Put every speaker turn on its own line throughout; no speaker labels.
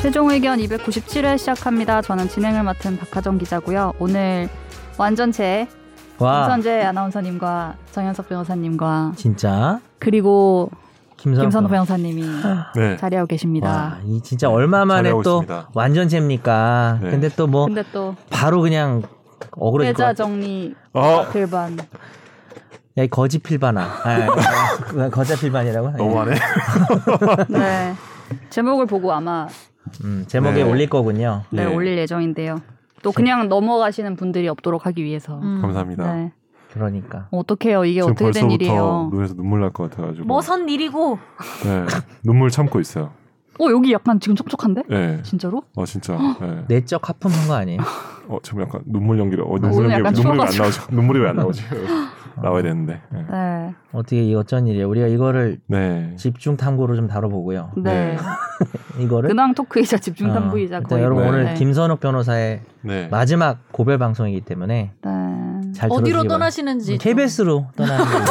최종 의견 297회 시작합니다. 저는 진행을 맡은 박하정 기자고요. 오늘 완전체
와
김선재 아나운서님과 정현석 변호사님과
진짜
그리고
김선호,
김선호 변호사님이
네.
자리하고 계십니다.
와, 이 진짜 얼마 만에
잘하고
또
있습니다.
완전체입니까?
네.
근데 또 뭐
근데 또
바로 그냥 억울해질 것
회자
같아.
정리
어,
들반
야, 이 거지 필반아. 아, 아니, 그건 거자 필반이라고? 예. 아니,
너무하네.
네. 제목을 보고 아마
음, 제목에
네.
올릴 거군요.
네,
예.
올릴 예정인데요. 또 그냥 넘어가시는 분들이 없도록 하기 위해서.
음.
감사합니다.
네.
그러니까.
어떡해요. 이게
지금
어떻게 된
벌써부터 뭐
일이에요.
눈에서 눈물 날 것 같아가지고.
머선 일이고
네. 눈물 참고 있어요.
어, 여기 약간 지금 촉촉한데?
네.
진짜로?
어 진짜. 네.
내적 하품한 거 아니에요?
어 지금 약간 눈물 연기를. 어 눈물
오늘
연기
약간
눈물이 안
추워가지고.
나오죠. 눈물이 왜 안 나오지? 나와야 되는데. 네.
네.
어떻게 이 어쩐 일이에요? 우리가 이거를
네.
집중 탐구로 좀 다뤄보고요.
네.
네.
이거를
근황 토크이자 집중
어,
탐구이자
일단
거의.
여러분
네.
오늘
네.
김선욱 변호사의
네.
마지막 고별 방송이기
네.
때문에 잘
어디로
들어주시기 바랍니다.
떠나시는지
KBS로 떠나는 거예요.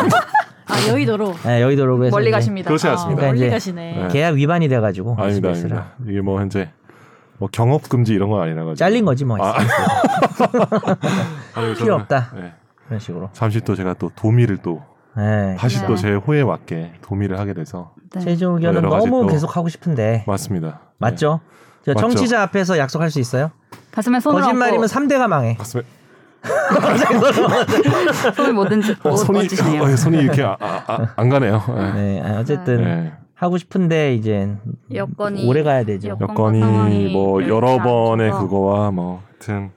아 여의도로
네, 여의도로 해서
멀리
이제
가십니다.
그렇지 않습니다.
아,
그러니까
멀리
이제-
가시네
네.
계약 위반이 돼가지고
아닙니다,
SBS 랑.
아닙니다. 이게 뭐 현재 뭐 경업 금지 이런 건 아니라 가지고.
잘린 거지 뭐
아,
필요 없다.
네.
이런 식으로.
잠시 또 제가 또 도미를 또
네.
다시
네.
또 제 호에 맞게 도미를 하게 돼서
네.
최종 의견은
여러 가지
너무
또-
계속 하고 싶은데
맞습니다. 네.
맞죠? 저
맞죠.
청취자 앞에서 약속할 수 있어요?
가슴에 손을
거짓말이면 3대가 망해.
네. 가슴에
얹고 손을 뭐든지
어, 손이
얹으시네요.
어, 손이 이렇게 아, 아, 아, 안 가네요. 네.
네, 아, 어쨌든
네.
하고 싶은데 이제
여건이-
오래 가야 되죠.
여- 상황이
여건이 뭐 여러
여의치
번의
않아서.
그거와 뭐 하여튼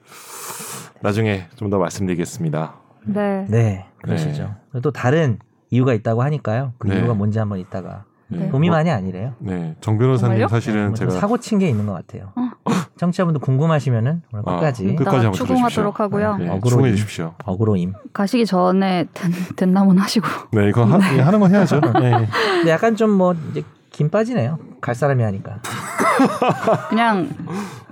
나중에 좀 더 말씀드리겠습니다.
네.
네, 그러시죠. 또 다른 이유가 있다고 하니까요. 그
네.
이유가 뭔지 한번 이따가
네.
도미
뭐,
많이 아니래요.
네, 정 변호사님
정말요?
네, 사실은
뭐좀
제가
사고 친 게 있는 것 같아요.
어.
청취자분들 궁금하시면은 오늘
아,
끝까지
끝까지
이따가
한번
추궁하도록
들어주십시오.
하고요.
네,
어그로지.
추궁해 주십시오.
어그로임.
가시기 전에 된나문 하시고.
네, 이거 하, 예, 하는 건 해야죠. 네.
근데 약간 좀 뭐 이제 김 빠지네요. 갈 사람이 하니까.
그냥,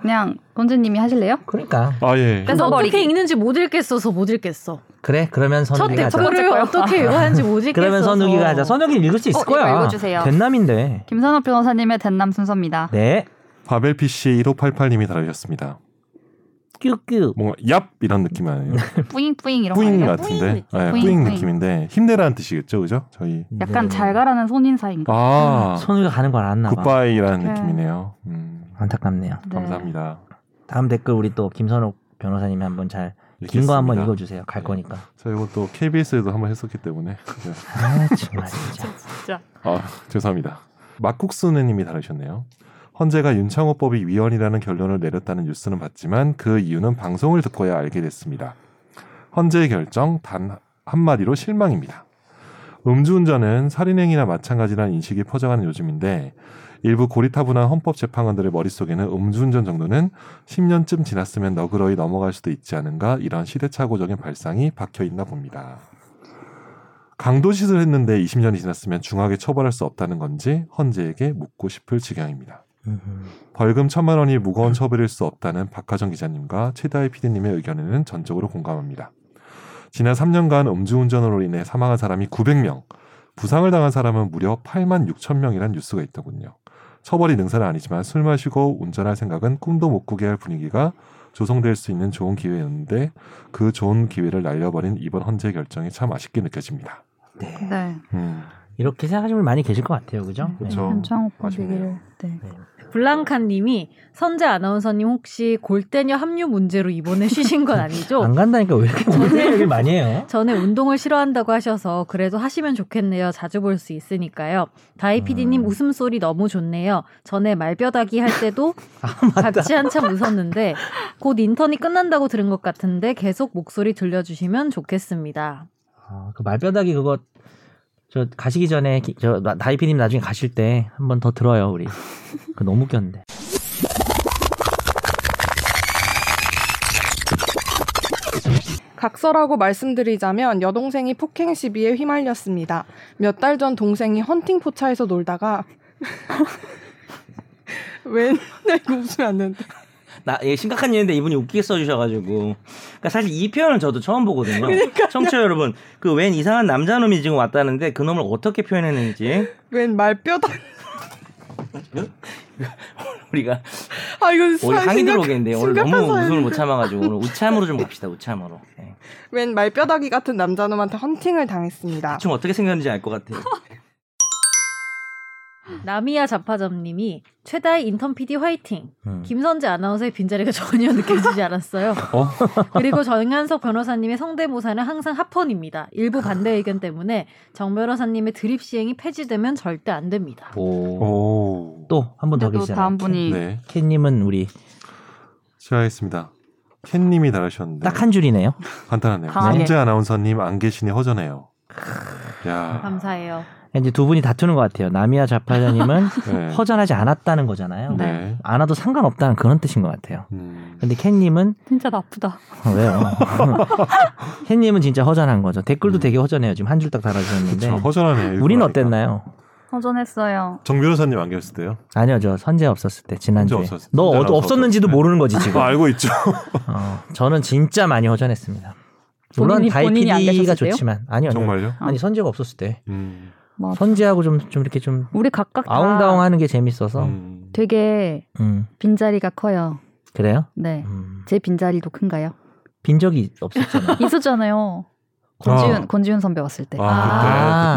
그냥, 선재님이 하실래요?
그러니까
아 예.
뺏어-
뭐 어떻게
버리기.
읽는지 못 읽겠어서 못 읽겠어
그래 그러면
첫
선우기가 하자.
댓글을
거야.
어떻게 읽어야지 못 읽겠어
그러면 선우기가 하자. 선우기 읽을 수 있을
어, 이거
거야.
읽어주세요.
된남인데.
김선호 변호사님의 된남 순서입니다.
네.
바벨 PC 1588님이 달아주셨습니다.
뀨뀨.
뭔가 얍 이런 느낌이 아니에요.
뿌잉뿌잉 이런
뿌잉
거예요.
같은데,
뿌잉
뿌잉, 네,
뿌잉,
뿌잉,
뿌잉.
느낌인데 힘내라는 뜻이겠죠, 그죠? 저희
약간
네.
잘 가라는 손인사인가?
아
선우가 가는 걸 알았나 봐.
굿바이라는
네.
느낌이네요. 음,
안타깝네요.
네.
감사합니다.
다음 댓글 우리 또 김선욱 변호사님이 한번 잘 긴 거
읽겠습니다.
한번 읽어주세요. 갈 거니까.
저 이건 또 KBS에도 한번 했었기 때문에 네.
아 정말 진짜.
아, 죄송합니다. 막국수네님이 다루셨네요. 헌재가 윤창호법이 위헌이라는 결론을 내렸다는 뉴스는 봤지만 그 이유는 방송을 듣고야 알게 됐습니다. 헌재의 결정 단 한마디로 실망입니다. 음주운전은 살인행위나 마찬가지라는 인식이 퍼져가는 요즘인데 일부 고리타분한 헌법재판관들의 머릿속에는 음주운전 정도는 10년쯤 지났으면 너그러이 넘어갈 수도 있지 않은가 이런 시대착오적인 발상이 박혀있나 봅니다. 강도짓을 했는데 20년이 지났으면 중하게 처벌할 수 없다는 건지 헌재에게 묻고 싶을 지경입니다.
음흠.
벌금 천만 원이 무거운 처벌일 수 없다는 박하정 기자님과 최다희 PD님의 의견에는 전적으로 공감합니다. 지난 3년간 음주운전으로 인해 사망한 사람이 900명, 부상을 당한 사람은 무려 8만 6천 명이란 뉴스가 있더군요. 처벌이 능사는 아니지만 술 마시고 운전할 생각은 꿈도 못 꾸게 할 분위기가 조성될 수 있는 좋은 기회였는데 그 좋은 기회를 날려버린 이번 헌재 결정이 참 아쉽게 느껴집니다.
네.
네.
음.
이렇게 생각하시는 분 많이 계실 것 같아요. 그죠?
그렇죠.
현창호
아쉽네요.
분위기를. 네.
블랑카님이 선재 아나운서님 혹시 골대녀 합류 문제로 이번에 쉬신 건
네.
아니죠?
안 간다니까 왜 이렇게 오늘 얘기를 많이 해요?
전에 운동을 싫어한다고 하셔서 그래도 하시면 좋겠네요. 자주 볼 수 있으니까요. 다이 PD님
음.
웃음소리 너무 좋네요. 전에 말뼈다귀 할 때도 같이 한참 웃었는데 곧 인턴이 끝난다고 들은 것 같은데 계속 목소리 들려주시면 좋겠습니다.
아, 그 말뼈다귀 그거 저 가시기 전에 기- 저 나- 다이피님 나중에 가실 때 한 번 더 들어요 우리. 그 너무 웃겼는데.
각서라고 말씀드리자면 여동생이 폭행 시비에 휘말렸습니다. 몇 달 전 동생이 헌팅 포차에서 놀다가 웬? 나 이거 웃으면 안 되는데.
나 예, 심각한 일인데 이분이 웃기게 써주셔가지고 그러니까 사실 이 표현은 저도 처음 보거든요. 청취자 여러분 그 웬 이상한 남자놈이 지금 왔다는데 그 놈을 어떻게 표현했는지
웬 말뼈다.
우리가
아 이거
오늘
사-
항의
생각-
들어오겠는데 오늘
심각한
너무 웃음을 못
사연인데.
참아가지고 오늘 우참으로 좀 갑시다 우참으로. 네.
웬 말뼈다귀 같은 남자놈한테 헌팅을 당했습니다.
대충 어떻게 생겼는지 알 것 같아요.
나미야 자파점님이 최다의 인턴 PD 화이팅.
음.
김선재 아나운서의 빈자리가 전혀 느껴지지 않았어요.
어?
그리고 정현석 변호사님의 성대모사는 항상 합헌입니다. 일부 반대 의견 때문에 정 변호사님의 드립 시행이 폐지되면 절대 안 됩니다.
오.
오.
어, 또 한 분 더
또
계시잖아요.
다음 분이
네.
캔님은 우리
시작하겠습니다. 캔님이 달으셨는데
딱 한 줄이네요.
간단하네요.
강하게.
언제 아나운서님 안 계시니 허전해요. 야.
감사해요.
이제 두 분이 다투는 것 같아요. 나미야 자파자님은
네.
허전하지 않았다는 거잖아요.
네.
안 와도 상관없다는 그런 뜻인 것 같아요.
음.
근데 캔님은
진짜 나쁘다.
어, 왜요? 캔님은 진짜 허전한 거죠. 댓글도
음.
되게 허전해요. 지금 한 줄 딱 달아주셨는데.
참 허전하네요.
우리는
이거 보니까.
어땠나요?
허전했어요.
정 변호사님 안 계셨을 때요?
아니요, 저 선재 없었을 때 지난주에.
선재 없었-
너
선재
어-
알아서
없었는지도
없었- 네.
모르는 거지 지금.
아, 알고 있죠.
어, 저는 진짜 많이 허전했습니다. 물론
본인이-
다이
본인이 안
PD가
계셨을 때요?
좋지만 아니요, 아니요.
정말요?
아니 선재가 없었을 때
음.
뭐
선재하고 좀 좀 이렇게 좀
우리 각각 다
아웅다웅하는 게 재밌어서
음.
되게
음,
빈자리가 커요.
그래요?
네.
음,
제 빈자리도 큰가요?
빈 적이 없었잖아요.
있었잖아요. 권지윤 권지윤 선배 왔을 때.
아,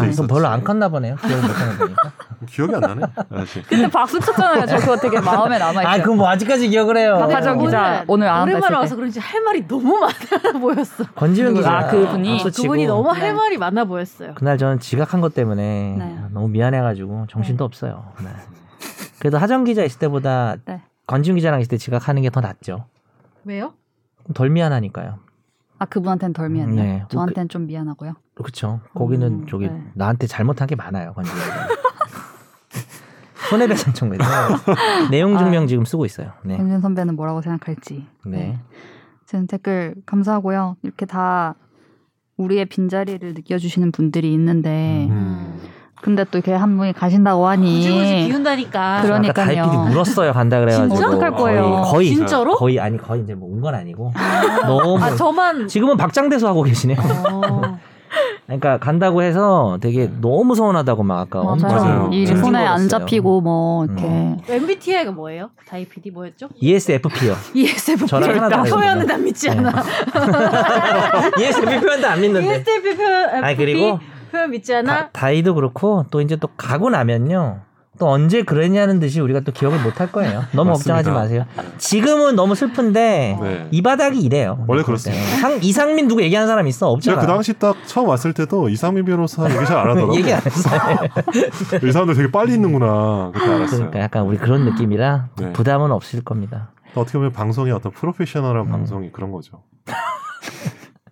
아,
그때, 그때
그럼 별로 안
있었지.
갔나 보네요. 기억을 못하는 거니까.
기억이 안 나네. 사실.
근데 박수 쳤잖아요. 저 그거 되게 마음에 남아
아, 그럼 뭐 아직까지 기억을 해요.
박하정 기자 오늘 안 왔다
아, 오랜만에
했을
와서
때.
그런지 할 말이 너무 많아 보였어.
권지윤 기자.
아, 그분이?
박수 치고.
그분이 너무
네.
할 말이 많아 보였어요.
그날 저는 지각한 것 때문에
네.
너무 미안해가지고 정신도 없어요. 그날. 그래도 하정 기자 있을 때보다
네.
권지윤 기자랑 있을 때 지각하는 게 더 낫죠.
왜요?
덜 미안하니까요.
아 그분한테는 덜 미안해요.
네.
저한테는 좀 미안하고요.
그렇죠. 거기는
음,
저기
네.
나한테 잘못한 게 많아요. 권지윤 기자. 손해배상 청구에서 내용
아.
증명 지금 쓰고 있어요. 네.
권지윤 선배는 뭐라고 생각할지.
네.
저는 댓글 감사하고요. 이렇게 다 우리의 빈자리를 느껴주시는 분들이
네.
있는데
음.
근데 또 이렇게 한 분이 가신다고
우지우지
하니 어,
기운다니까.
그런-
아까
그러니까요.
다이끼리 울었어요. 간다 그래가지고
진짜? 어떡할 거예요.
거의 거의,
진짜로?
거의 아니 거의 이제 뭐 운 건 아니고 너무
아 저만.
지금은 박장대소 하고 계시네요.
어.
그러니까 간다고 해서 되게 너무 서운하다고 막 아까 엄청
맞아요.
이 손에
네.
징징거렸어요.
안 잡히고 뭐 이렇게
음.
MBTI가 뭐예요? 다이 PD 뭐였죠?
E ESFP요.
ESFP.
저랑 하나 다르거든요.
표현은 안 믿지
네. E
않아.
ESFP 표현도 안 믿는데.
ESFP 표현.
아니, 그리고
표현 믿지 않아.
다, 이도 그렇고 또 이제 또 가고 나면요. 또 언제 그랬냐는 듯이 우리가 또 기억을 못 할 거예요. 너무
맞습니다.
걱정하지 마세요. 지금은 너무 슬픈데
네.
이 바닥이 이래요. 네.
원래 그렇습니다.
상- 이상민 누구 얘기하는 사람 있어? 없잖아.
제가 그 당시 딱 처음 왔을 때도 이상민 변호사 얘기 잘 안 하더라고요.
얘기 안 했어요.
이 사람들 되게 빨리 있는구나. 그때 알았어요.
그러니까 약간 우리 그런 느낌이라
네.
부담은 없을 겁니다.
어떻게 보면 방송의 어떤 프로페셔널한
음.
방송이 그런 거죠.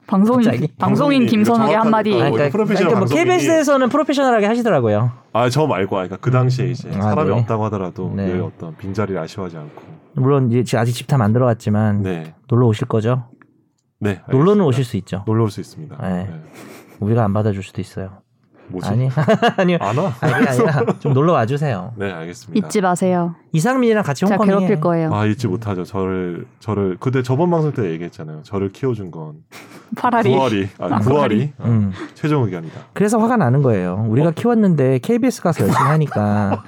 방송인 방송인
갑자기?
방송인이
김선욱의
정확한-
한마디
아,
아니, 그러니까,
프로페셔널
그러니까 뭐
방송인이-
KBS에서는 프로페셔널하게 하시더라고요.
아 저 말고, 그러니까 그 당시에 이제
아,
사람이
네.
없다고 하더라도
네.
늘 어떤 빈자리를 아쉬워하지 않고.
물론 이제 아직 집 다 만들어 왔지만
네,
놀러 오실 거죠?
네.
음. 놀러는
알겠습니다.
오실 수 있죠.
놀러 올 수 있습니다.
네.
네.
우리가 안 받아줄 수도 있어요.
뭐지?
아니 아니요.
안 와?
아니 아니라 좀 놀러 와주세요.
네, 알겠습니다.
잊지 마세요.
이상민이랑 같이
제가
홍콩에
괴롭힐 거예요.
아 잊지 못하죠. 저를 저를 그때 저번 방송 때 얘기했잖아요. 저를 키워준 건
파라리.
구월이 아 구월이 아,
음.
최종 의견이다.
그래서 화가 나는 거예요.
어?
우리가 키웠는데 KBS 가서 열심히 하니까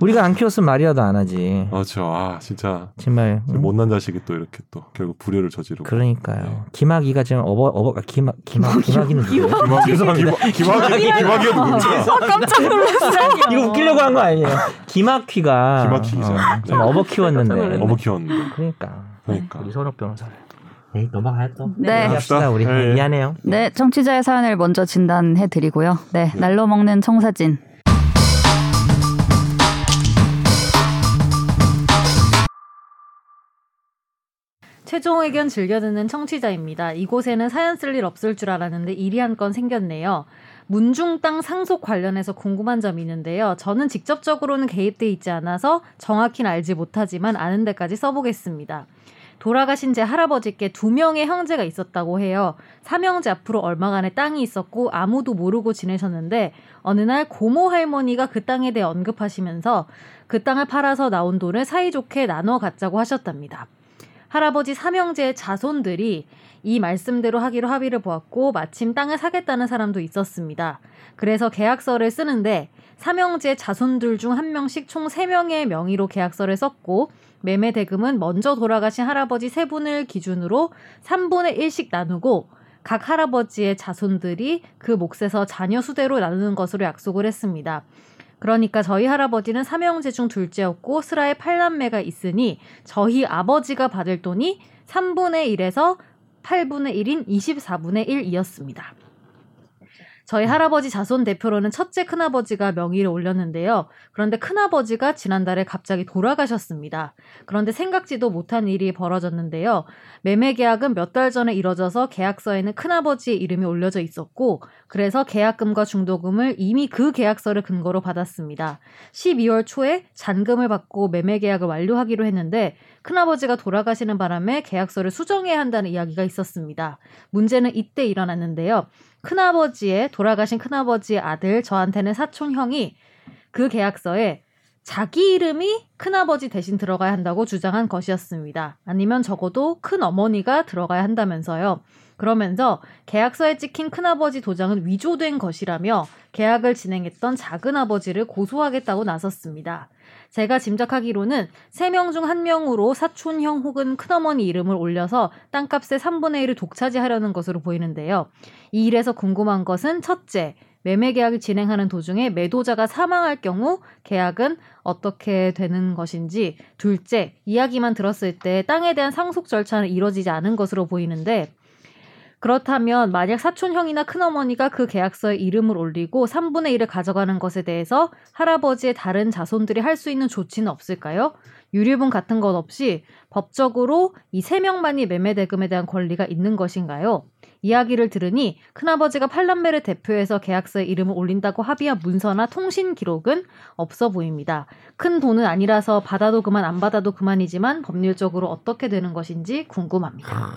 우리가 안 키웠으면 말이라도 안 하지.
그렇죠. 아 진짜
정말 음,
못난 자식이 또 이렇게 또 결국 불효를 저지르고.
그러니까요.
네.
김학이가 지금 어버 어버 아, 김학 김학 김학이는 누구예요?
김학이 김학이 김학이 누구죠?
깜짝 놀랐어요.
아, 이거 웃기려고 한 거 아니에요? 김학휘가
김학휘 기자.
어, 좀
네.
어버 키웠는데
어머 키웠는데.
그러니까
그러니까.
우리 선욱 변호사. 네, 넘어가요 또.
네.
합시다 우리
예, 예.
미안해요.
네, 청취자의 사연을 먼저 진단해 드리고요. 네, 날로 먹는 청사진.
최종 의견 즐겨 듣는 청취자입니다. 이곳에는 사연 쓸 일 없을 줄 알았는데 일이 한 건 생겼네요. 문중 땅 상속 관련해서 궁금한 점이 있는데요. 저는 직접적으로는 개입돼 있지 않아서 정확히는 알지 못하지만 아는 데까지 써보겠습니다. 돌아가신 제 할아버지께 두 명의 형제가 있었다고 해요. 삼형제 앞으로 얼마간의 땅이 있었고 아무도 모르고 지내셨는데 어느 날 고모 할머니가 그 땅에 대해 언급하시면서 그 땅을 팔아서 나온 돈을 사이좋게 나눠 갖자고 하셨답니다. 할아버지 삼형제의 자손들이 이 말씀대로 하기로 합의를 보았고 마침 땅을 사겠다는 사람도 있었습니다. 그래서 계약서를 쓰는데 삼형제 자손들 중 한 명씩 총 세명의 명의로 계약서를 썼고 매매 대금은 먼저 돌아가신 할아버지 세분을 기준으로 3분의 1씩 나누고 각 할아버지의 자손들이 그 몫에서 자녀 수대로 나누는 것으로 약속을 했습니다. 그러니까 저희 할아버지는 삼형제 중 둘째였고 슬아의 팔남매가 있으니 저희 아버지가 받을 돈이 3분의 1에서 8분의 1인 24분의 1이었습니다. 저희 할아버지 자손 대표로는 첫째 큰아버지가 명의를 올렸는데요. 그런데 큰아버지가 지난달에 갑자기 돌아가셨습니다. 그런데 생각지도 못한 일이 벌어졌는데요. 매매 계약은 몇 달 전에 이뤄져서 계약서에는 큰아버지의 이름이 올려져 있었고 그래서 계약금과 중도금을 이미 그 계약서를 근거로 받았습니다. 12월 초에 잔금을 받고 매매 계약을 완료하기로 했는데 큰아버지가 돌아가시는 바람에 계약서를 수정해야 한다는 이야기가 있었습니다. 문제는 이때 일어났는데요. 큰아버지의 돌아가신 큰아버지의 아들 저한테는 사촌형이 그 계약서에 자기 이름이 큰아버지 대신 들어가야 한다고 주장한 것이었습니다. 아니면 적어도 큰어머니가 들어가야 한다면서요. 그러면서 계약서에 찍힌 큰아버지 도장은 위조된 것이라며 계약을 진행했던 작은아버지를 고소하겠다고 나섰습니다. 제가 짐작하기로는 3명 중 1명으로 사촌형 혹은 큰어머니 이름을 올려서 땅값의 3분의 1을 독차지하려는 것으로 보이는데요. 이 일에서 궁금한 것은 첫째, 매매 계약을 진행하는 도중에 매도자가 사망할 경우 계약은 어떻게 되는 것인지, 둘째, 이야기만 들었을 때 땅에 대한 상속 절차는 이뤄지지 않은 것으로 보이는데, 그렇다면 만약 사촌형이나 큰어머니가 그 계약서에 이름을 올리고 3분의 1을 가져가는 것에 대해서 할아버지의 다른 자손들이 할 수 있는 조치는 없을까요? 유류분 같은 것 없이 법적으로 이 세명만이 매매 대금에 대한 권리가 있는 것인가요? 이야기를 들으니 큰아버지가 팔남매를 대표해서 계약서에 이름을 올린다고 합의한 문서나 통신 기록은 없어 보입니다. 큰 돈은 아니라서 받아도 그만 안 받아도 그만이지만 법률적으로 어떻게 되는 것인지 궁금합니다.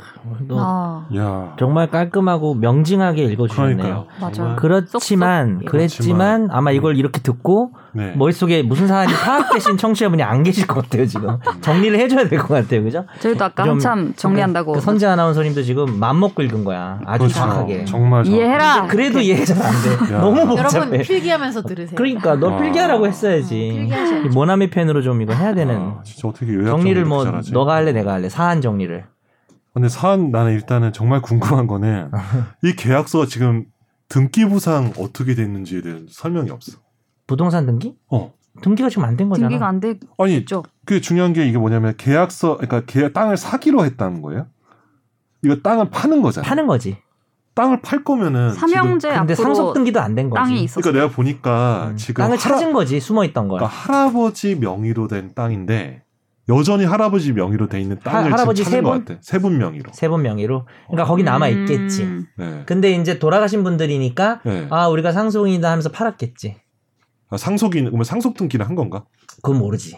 너
아,
야.
정말 깔끔하고 명징하게 읽어주셨네요.
그러니까요.
맞아요.
정말.
그렇지만
쏙쏙.
그랬지만 아마 이걸 이렇게 듣고
네.
머릿속에 무슨 사안이 파악되신 청취자분이 안 계실 것 같아요 지금 정리를 해줘야 될 것 같아요 그죠?
저희도 아까
좀
한참 정리한다고
그 선재 아나운서님도 지금 맘먹고 읽은 거야 아주
그렇죠.
정확하게
정말 정확-
이해해라.
그래도 이해가 잘안돼
야. 아.
너무
여러분
복잡해
필기하면서 들으세요.
그러니까 너
와.
필기하라고
어,
했어야지
아,
필기하셔야죠.
이 모나미 펜으로 좀 이거 해야 되는
아, 진짜 어떻게 요약
정리를 뭐
잘하지?
너가 할래 내가 할래 사안 정리를
근데 사안 나는 일단은 정말 궁금한 거는 이 계약서가 지금 등기부상 어떻게 됐는지에 대한 설명이 없어.
부동산 등기?
어.
등기가 지금 안 된 거잖아
등기가 안 되겠죠.
아니 그 중요한 게 이게 뭐냐면 계약서 그러니까 계약 땅을 사기로 했다는 거예요. 이거 땅을 파는 거잖아.
파는 거지
땅을 팔 거면은
삼형제
근데 상속
앞으로
등기도 안 된 거지
땅이 있었어.
지금- 그러니까 내가 보니까
음,
지금
땅을
할아-
찾은 거지 숨어 있던 걸
그러니까 할아버지 명의로 된 땅인데 여전히 할아버지 명의로 돼 있는 땅을
할아버지
지금 찾은
세
것
분?
같아. 세분 명의로.
세 번 명의로 그러니까 거기 남아 있겠지
음,
네.
근데 이제 돌아가신 분들이니까
네.
아 우리가 상속인이다 하면서 팔았겠지
아, 상속인 그러면 상속 등기를 한 건가?
그건 모르지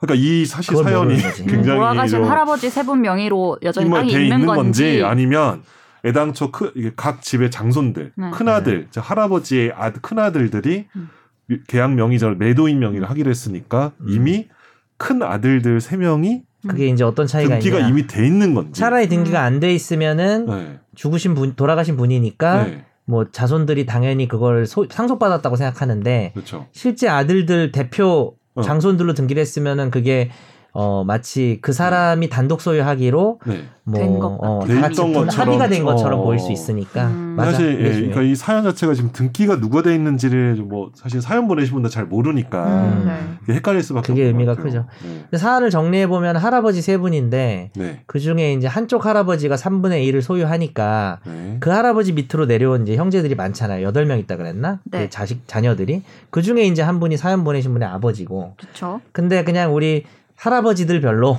그러니까 이 사실
그건
사연이
모르는 거지.
굉장히
돌아가신
이거
할아버지 세 분 명의로 여전히
인물
땅이
돼
있는,
있는 건지,
건지,
아니면 애당초 크, 이게 각 집의 장손들,
네.
큰아들, 즉 할아버지의 아, 큰아들들이
음.
미- 계약 명의자를 매도인 명의를 하기로 했으니까
음.
이미 큰 아들들 세 명이
그게
음.
이제 어떤 차이가
등기가
있냐
이미 돼 있는 건지.
차라리 등기가 안 돼 있으면은
네.
죽으신 분 돌아가신 분이니까
네.
뭐 자손들이 당연히 그걸 소- 상속받았다고 생각하는데
그렇죠.
실제 아들들 대표
어.
장손들로 등기를 했으면은 그게 어 마치 그 사람이 단독 소유하기로
네.
된
뭐
것
어,
같아.
다
돼
같이
있던 것처럼.
합의가 된 것처럼
어.
보일 수 있으니까
음.
맞아
사실 예,
그게 중요해.
그러니까 이 사연 자체가 지금 등기가 누가 돼 있는지를 뭐 사실 사연 보내신 분들 잘 모르니까
음.
네.
이게 헷갈릴 수밖에
그게
없는
의미가
것 같아요. 네.
근데 사안을 정리해 보면 할아버지 세 분인데
네.
그 중에 이제 한쪽 할아버지가 3분의 1을 소유하니까
네.
그 할아버지 밑으로 내려온 이제 형제들이 많잖아요. 여덟 명 있다 그랬나?
네.
그 자식 자녀들이 그 중에 이제 한 분이 사연 보내신 분의 아버지고.
그렇죠.
근데 그냥 우리 할아버지들 별로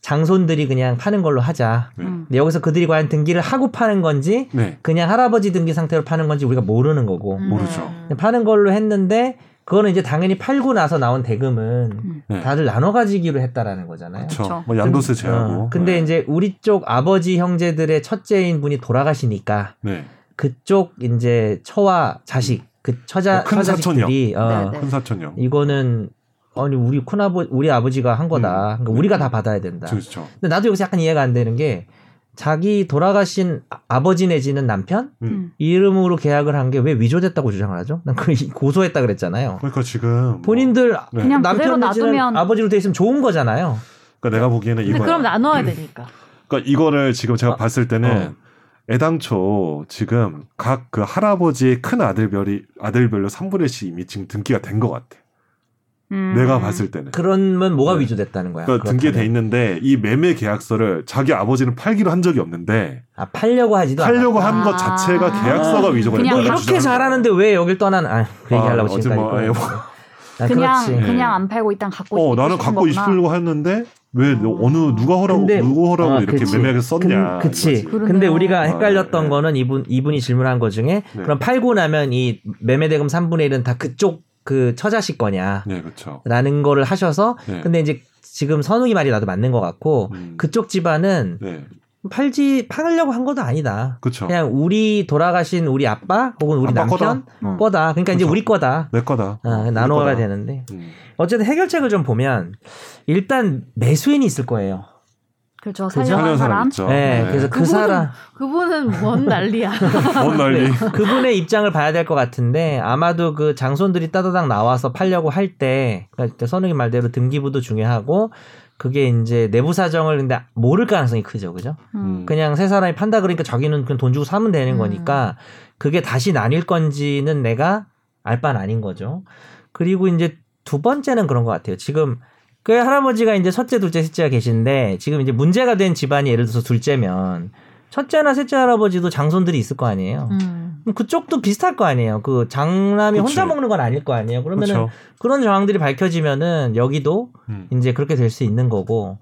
장손들이 그냥 파는 걸로 하자.
네.
음.
근데 여기서 그들이 과연 등기를 하고 파는 건지
네.
그냥 할아버지 등기 상태로 파는 건지 우리가 어, 모르는 거고.
음.
모르죠.
그냥 파는 걸로 했는데 그거는 이제 당연히 팔고 나서 나온 대금은
네.
다들 나눠 가지기로 했다라는 거잖아요.
그렇죠.
그쵸.
뭐 양도세 제하고. 네.
어, 근데 이제 우리 쪽 아버지 형제들의 첫째인 분이 돌아가시니까
네.
그쪽 이제 처와 자식 그 처자
큰
처자식들이 어,
네, 네.
큰 사촌형.
이거는 아니 우리 큰아버 우리 아버지가 한 거다.
음.
그러니까 우리가 다 받아야 된다.
그렇죠.
근데 나도 여기서 약간 이해가 안 되는 게 자기 돌아가신 아- 아버지 내지는 남편
음.
이름으로 계약을 한 게 왜 위조됐다고 주장을 하죠? 난 그 고소했다 그랬잖아요.
그러니까 지금 뭐-
어. 본인들
네.
그냥 그대로
남편 내지는
놔두면
아버지로 돼 있으면 좋은 거잖아요.
그러니까 내가 보기에는
근데
이거
그럼 나눠야 되니까.
그러니까 이거를 지금 제가 봤을 때는 애당초 지금 각 그 할아버지의 큰 아들별이 아들별로 3분의 1씩 이미 지금 등기가 된 것 같아.
음.
내가 봤을 때는.
그러면 뭐가
네.
위조됐다는 거야?
그러니까
그렇다면.
등기돼 있는데 이 매매 계약서를 자기 아버지는 팔기로 한 적이 없는데
아 팔려고 하지도
팔려고 한
않았다.
것 자체가
아.
계약서가 위조가
그냥
않아.
됐다는
이렇게
이렇게
주장을
잘하는데 왜 여길 떠나는? 아그 얘기
아,
하려고
어제
지금까지.
뭐, 아예 뭐.
아,
그냥
그렇지.
네.
그냥 안 팔고 일단 갖고
어
싶-
나는
싶은
갖고
거구나.
싶으려고 했는데 왜
어.
어느 누가 허라고
근데-
누구 허라고
아,
이렇게
그치.
매매하게 썼냐
그, 치
이거지.
그러네요.
근데 우리가
아,
헷갈렸던
네.
거는 이분 이분이 질문한 것 중에
네.
그럼 팔고 나면 이 매매 대금 3분의 1은 다 그쪽 그 처자식 거냐라는
네 그렇죠
거를 하셔서
네.
근데 이제 지금 선욱이 말이 나도 맞는 것 같고
음.
그쪽 집안은
네
팔지 팔려고 한 것도 아니다.
그렇죠
그냥 우리 돌아가신 우리 아빠 혹은 우리
아빠
남편
거다. 어.
거다. 그러니까 이제
그쵸.
우리 거다.
내 거다
아,
내
나눠야
어, 거다.
되는데
음.
어쨌든 해결책을 좀 보면 일단 매수인이 있을 거예요.
그렇죠.
그죠?
살려고
하는
한
사람
사람.
있죠
네, 그래서 그
그분은-
사람 네,
그분은 뭔 난리야.
뭔 난리
그분의 입장을 봐야 될 것 같은데 아마도 그 장손들이 따다닥 나와서 팔려고 할 때 그러니까 선욱이 말대로 등기부도 중요하고 그게 이제 내부 사정을 근데 모를 가능성이 크죠, 그죠?
음.
그냥 세 사람이 판다 그러니까 저기는 그냥 돈 주고 사면 되는
음.
거니까 그게 다시 나뉠 건지는 내가 알 바는 아닌 거죠. 그리고 이제 두 번째는 그런 것 같아요. 지금 그 할아버지가 이제 첫째, 둘째, 셋째가 계신데 지금 이제 문제가 된 집안이 예를 들어서 둘째면 첫째나 셋째 할아버지도 장손들이 있을 거 아니에요.
음.
그럼 그쪽도 비슷할 거 아니에요. 그 장남이
그치.
혼자 먹는 건 아닐 거 아니에요. 그러면은
그렇죠
그런 정황들이 밝혀지면은 여기도
음.
이제 그렇게 될 수 있는 거고.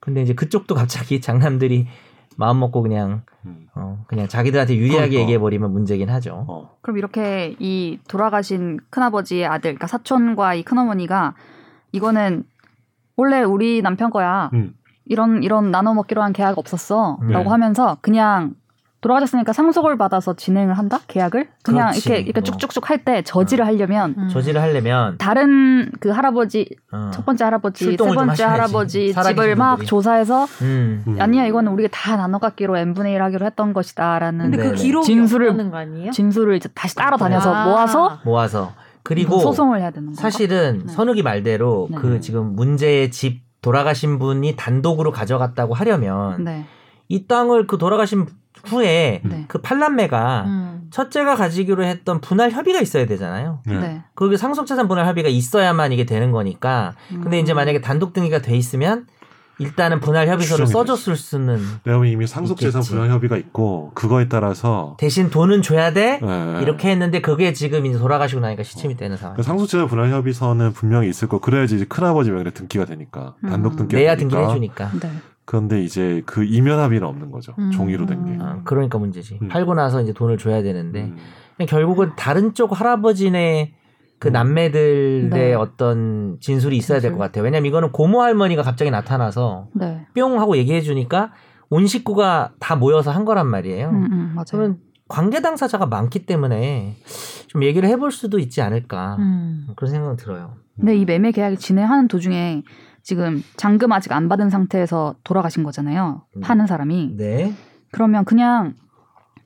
근데 이제 그쪽도 갑자기 장남들이 마음 먹고 그냥
음.
어, 그냥 자기들한테 유리하게
그러니까.
얘기해 버리면 문제긴 하죠.
어.
그럼 이렇게 이 돌아가신 큰아버지의 아들, 그러니까 사촌과 이 큰어머니가 이거는 원래 우리 남편 거야.
음.
이런 이런 나눠 먹기로 한 계약 없었어라고
네.
하면서 그냥 돌아가셨으니까 상속을 받아서 진행을 한다 계약을 그냥
그렇지. 어.
이렇게 이렇게
뭐.
쭉쭉쭉 할 때 저지를 하려면
음.
저지를 하려면
다른 그 할아버지
어,
첫 번째 할아버지 세
출동을 좀
번째
하셔야지.
할아버지
살아계신
집을 막
분들이.
조사해서
음.
음.
아니야 이거는 우리가 다 나눠 갖기로 n 분의 1 하기로 했던 것이다라는
근데 그
네.
기록이
진술을-
없다는 거 아니에요?
진술을 이제 다시 따라다녀서
아.
모아서
모아서 그리고
소송을 해야 되는 거야.
사실은
네.
선욱이 말대로
네.
그 지금 문제의 집 돌아가신 분이 단독으로 가져갔다고 하려면
네.
이 땅을 그 돌아가신 후에
네.
그 팔남매가
음.
첫째가 가지기로 했던 분할 협의가 있어야 되잖아요.
네.
네.
그게 상속재산 분할 협의가 있어야만 이게 되는 거니까. 근데 이제 만약에 단독 등기가 돼 있으면 일단은 분할 협의서를
추정이
써줬을 수는
내가 보기엔 이미 상속재산
있겠지.
분할 협의가 있고 그거에 따라서
대신 돈은 줘야 돼.
예, 예.
이렇게 했는데 그게 지금 이제 돌아가시고 나니까 시침이 되는 상황.
그 상속재산 분할 협의서는 분명히 있을 거 그래야지 이제 큰아버지 명의로 등기가 되니까
음.
단독 등기가
내야
되니까.
등기를 해주니까.
네.
그런데 이제 그 이면 합의는 없는 거죠
음.
종이로 된게
아, 네. 그러니까 문제지.
음.
팔고 나서 이제 돈을 줘야 되는데
음.
그냥 결국은 다른 쪽 할아버지네 그
음.
남매들의
네.
어떤 진술이 있어야 될 것
진술.
같아요. 왜냐면 이거는 고모 할머니가 갑자기 나타나서
네.
뿅 하고 얘기해 주니까 온 식구가 다 모여서 한 거란 말이에요.
음, 음, 맞아요.
저는 관계 당사자가 많기 때문에 좀 얘기를 해볼 수도 있지
아.
않을까
음.
그런 생각은 들어요.
근데 이 매매 계약이 진행하는 도중에 지금 잔금 아직 안 받은 상태에서 돌아가신 거잖아요.
음.
파는 사람이.
네.
그러면 그냥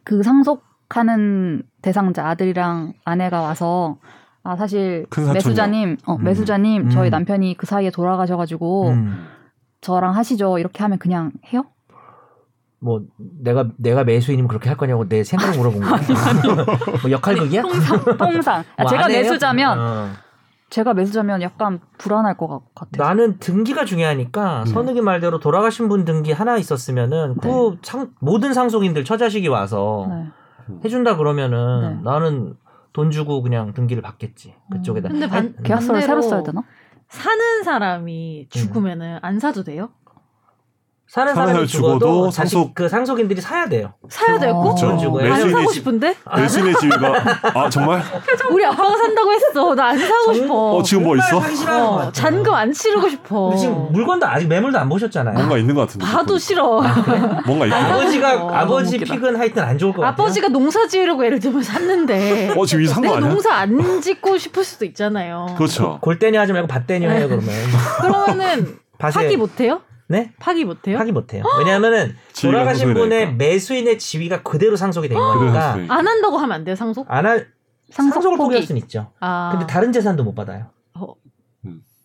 그 상속하는 대상자 아들이랑 아내가 와서 아 사실
큰 사촌이요.
매수자님, 어,
그 음.
매수자님 저희
음.
남편이 그 사이에 돌아가셔가지고
음.
저랑 하시죠 이렇게 하면 그냥 해요?
뭐 내가 내가 매수인이면 그렇게 할 거냐고 내 생각 물어본 거야. 뭐 역할극이야?
통상 통상 아,
뭐
제가
안 해요?
매수자면
어.
제가 매수자면 약간 불안할 것 같- 같아요.
나는 등기가 중요하니까
음.
선욱이 말대로 돌아가신 분 등기 하나 있었으면은 그 상- 모든 상속인들 처자식이 와서
네.
해준다 그러면은
네.
나는 돈 주고 그냥 등기를 받겠지
음.
그쪽에다. 음.
근데 반,
네. 계약서를
반대로
새로 써야 되나?
사는 사람이 죽으면은 안 사도 돼요?
사는
사는
사람이
사람이
죽어도,
죽어도
자식
상속-
그 상속인들이 사야 돼요.
사야 되고
그렇죠.
죽어요.
안
매수인이
사고
지-
싶은데
외신의 지위가 아 정말
우리 아빠가 산다고 했어. 나 안 사고 싶어.
어, 지금 뭐
정말
있어?
사기 싫어하는 것
어,
같아요.
잔금 안 치르고 싶어.
근데 지금 물건도 아직 매물도 안 보셨잖아요.
뭔가 있는 것 같은데
봐도 싫어.
뭔가 있고
아버지가
어,
아버지
너무 웃기다.
픽은 하여튼 안 좋을 것 아, 같아요.
아버지가 농사 지으려고 예를 들면 샀는데
어 지금 이산거
내가
아니야?
네, 농사 안 짓고 싶을 수도 있잖아요.
그렇죠.
골대녀 하지 말고 밭대녀 해요 그러면.
그러면은
밭에
파기 네. 못해요?
네
파기 못해요?
파기 못해요. 왜냐하면은
지위가
돌아가신
상속이
분의
되니까.
매수인의 지위가 그대로 상속이 된
그런
거니까
수도 있고.
안 한다고 하면 안 돼요 상속?
안할
상속
상속을
포기.
포기할 수는 있죠.
아
근데 다른 재산도 못 받아요.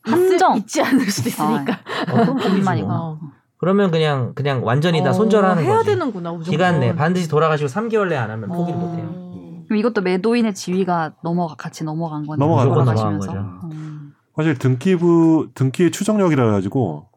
함정. 아,
있지 않을 수도 있으니까.
어, 그럼
돈
포기지
많이
뭐.
나.
어.
그러면 그냥 그냥 완전히 다 손절하는
해야
거지.
되는구나 무조건.
기간 내 반드시 돌아가시고 3개월 내에 안 하면 포기를 못 해요.
음.
그럼 이것도 매도인의 지위가 넘어가 같이 넘어간 거네.
넘어간 거죠.
돌아가시면서.
넘어간
음.
사실 등기부 등기의 추정력이라 가지고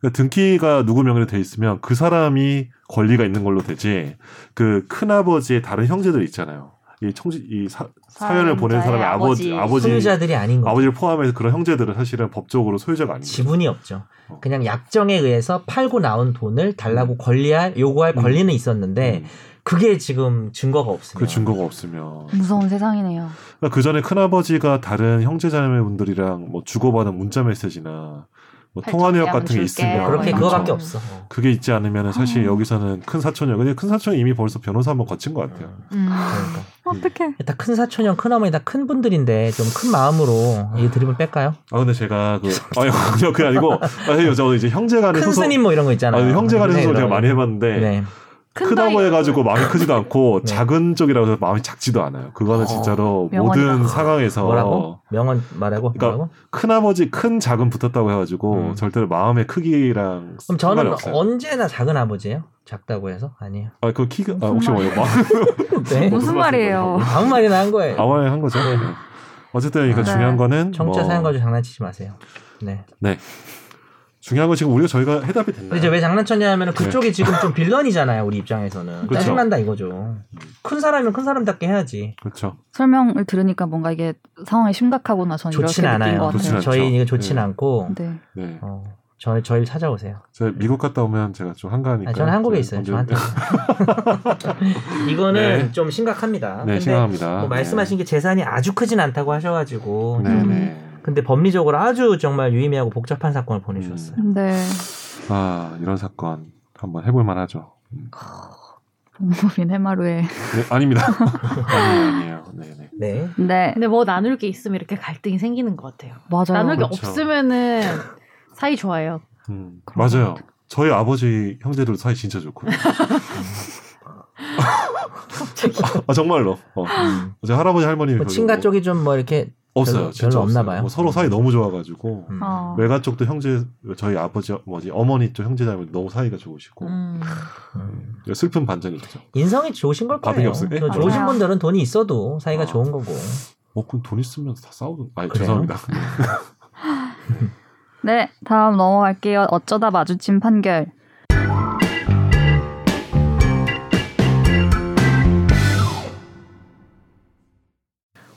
그 등기가 누구 명의로 돼 있으면 그 사람이 권리가 있는 걸로 되지 그 큰아버지의 다른 형제들 있잖아요. 이 청지 이 사, 사연을 보낸 사람의 아버지 아버지
소유자들이 아닌 거죠.
아버지를 포함해서 그런 형제들은 사실은 법적으로 소유자가 아닙니다.
지분이 없죠.
어.
그냥 약정에 의해서 팔고 나온 돈을 달라고 권리할 요구할
음.
권리는 있었는데
음.
그게 지금 증거가 없습니다.
그 증거가 없으면
무서운 세상이네요.
그 전에 큰아버지가 다른 형제자매분들이랑 뭐 주고받은 문자 메시지나 뭐
팔짱
통화 내역
내역은
같은
줄게.
게 있으면
그렇게
어,
그거밖에
그렇죠.
없어. 어.
그게 있지 않으면 사실
음.
여기서는 큰 사촌이야. 근데 큰 사촌이 이미 벌써 변호사 한번 거친 것 같아요.
음.
그러니까
어떻게?
다 큰 사촌 형, 큰 어머니 다 큰 분들인데 좀 큰 마음으로 이 드립을 뺄까요?
아 근데 제가 그 아니 아니요, 그게 아니고 아 여자 이제 형제간의
큰
소송
스님 뭐 이런 거
아
있잖아요.
형제간의
네,
소송 제가
이런 거.
많이 해봤는데
네.
크다고
바위.
해가지고 마음이 크지도 않고
네.
작은 쪽이라고 해서 마음이 작지도 않아요. 그거는
어,
진짜로
명언이다.
모든 상황에서
뭐라고? 명언 말하고
그러니까
뭐라고?
큰아버지 큰 작은 붙었다고 해가지고
음.
절대로 마음의 크기랑
그럼
상관이
저는
없어요.
언제나 작은 아버지예요? 작다고 해서 아니에요.
아, 그 키가 아,
무슨
혹시 뭐예요? 마
네.
무슨 말이에요?
아무 말이나 한 거예요.
아마에 한 거죠.
네.
어쨌든 그러니까
네.
중요한 거는
정자
뭐-
사용 가지고 장난치지 마세요. 네.
중요한 건 지금 우리가 저희가 해답이
근데
됐나요?
이제 왜 장난쳤냐면
네.
그쪽이 지금 좀 빌런이잖아요 우리 입장에서는
그렇죠.
짜증난다 이거죠. 큰 사람이면 큰 사람답게 해야지.
그렇죠.
설명을 들으니까 뭔가 이게 상황이 심각하구나 저는
좋진
이렇게 느낀 것
않아요.
같아요.
좋진 않죠.
저희 이거 좋진
네.
않고
네.
네.
어, 저희 저희를 찾아오세요.
제가 미국 갔다 오면 제가 좀 한가하니까.
아니, 저는 한국에 있어요. 저한테 이거는
네.
좀 심각합니다.
네,
근데
심각합니다.
뭐 말씀하신 게 재산이 아주 크진 않다고 하셔가지고
네, 네.
음.
네.
근데 법리적으로 아주 정말 유의미하고 복잡한 사건을 보내주셨어요.
네.
아, 이런 사건 한번 해볼 만하죠.
공무민 해마루에.
네, 아닙니다. 아니에요, 아니에요. 네, 네.
네.
네.
근데 뭐 나눌 게 있으면 이렇게 갈등이 생기는 것 같아요.
맞아요.
나눌 게
그렇죠.
없으면은 사이 좋아요.
음,
그런
맞아요. 저희 아버지 형제들 사이 진짜 좋고요. 아 정말로. 어.
음.
제 할아버지 할머니
뭐
별로
친가 쪽이 좀 뭐 이렇게
없어요.
별로-
진짜
별로 없나
없어요.
봐요.
뭐 서로 사이 너무 좋아가지고
음.
어.
외가 쪽도 형제 저희 아버지 뭐지 어머니 쪽 형제자매 너무 사이가 좋으시고
음.
음.
슬픈 반전이 있죠.
인성이 좋으신 걸
받은
거예요.
게 없어요?
그 좋으신
네. 맞아요.
분들은 돈이 있어도 사이가
아.
좋은 거고.
어, 그럼 돈 있으면 다 싸우던. 아
그래요?
죄송합니다.
네, 다음 넘어갈게요. 어쩌다 마주친 판결.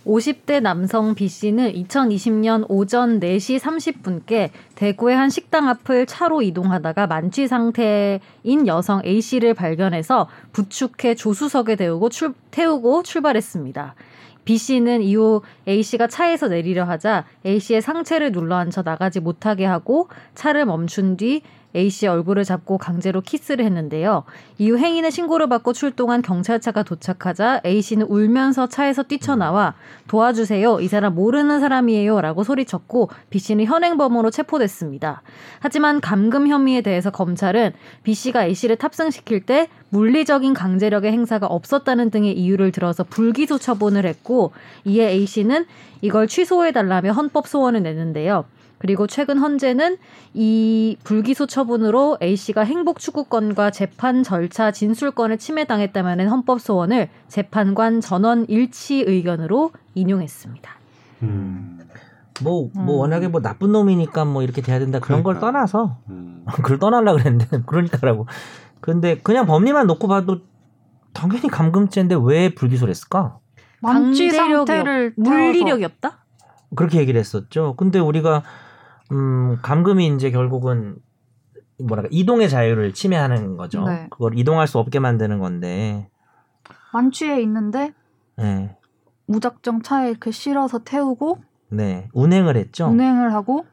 오십 대 남성 B 씨는 2020년 오전 4시 30분께 대구의 한 식당 앞을 차로 이동하다가 만취 상태인 여성 A 씨를 발견해서 부축해 조수석에 태우고, 출, 태우고 출발했습니다. B 씨는 이후 A 씨가 차에서 내리려 하자 A 씨의 상체를 눌러앉혀 나가지 못하게 하고 차를 멈춘 뒤 A 씨의 얼굴을 잡고 강제로 키스를 했는데요. 이후 행인의 신고를 받고 출동한 경찰차가 도착하자 A 씨는 울면서 차에서 뛰쳐나와 도와주세요. 이 사람 모르는 사람이에요. 라고 소리쳤고 B 씨는 현행범으로 체포됐습니다. 하지만 감금 혐의에 대해서 검찰은 B 씨가 A 씨를 탑승시킬 때 물리적인 강제력의 행사가 없었다는 등의 이유를 들어서 불기소 처분을 했고 이에 A 씨는 이걸 취소해달라며 헌법 소원을 냈는데요. 그리고 최근 헌재는 이 불기소 처분으로 A 씨가 행복 추구권과 재판 절차 진술권을 침해당했다면은 헌법 소원을 재판관 전원 일치 의견으로 인용했습니다.
음,
뭐 뭐
음.
워낙에 뭐 나쁜 놈이니까 뭐 이렇게 돼야 된다 그런 걸
그러니까.
떠나서
음.
그걸 떠나려 그랬는데 그러니까라고. 근데 그냥 법리만 놓고 봐도 당연히 감금죄인데 왜 불기소를 했을까?
만취
강제력이
상태를 태워서-
물리력이 없다?
그렇게 얘기를 했었죠. 근데 우리가 음 감금이 이제 결국은 뭐랄까 이동의 자유를 침해하는 거죠.
네.
그걸 이동할 수 없게 만드는 건데.
만취해 있는데
네.
무작정 차에 이렇게 실어서 태우고
네. 운행을 했죠.
운행을 하고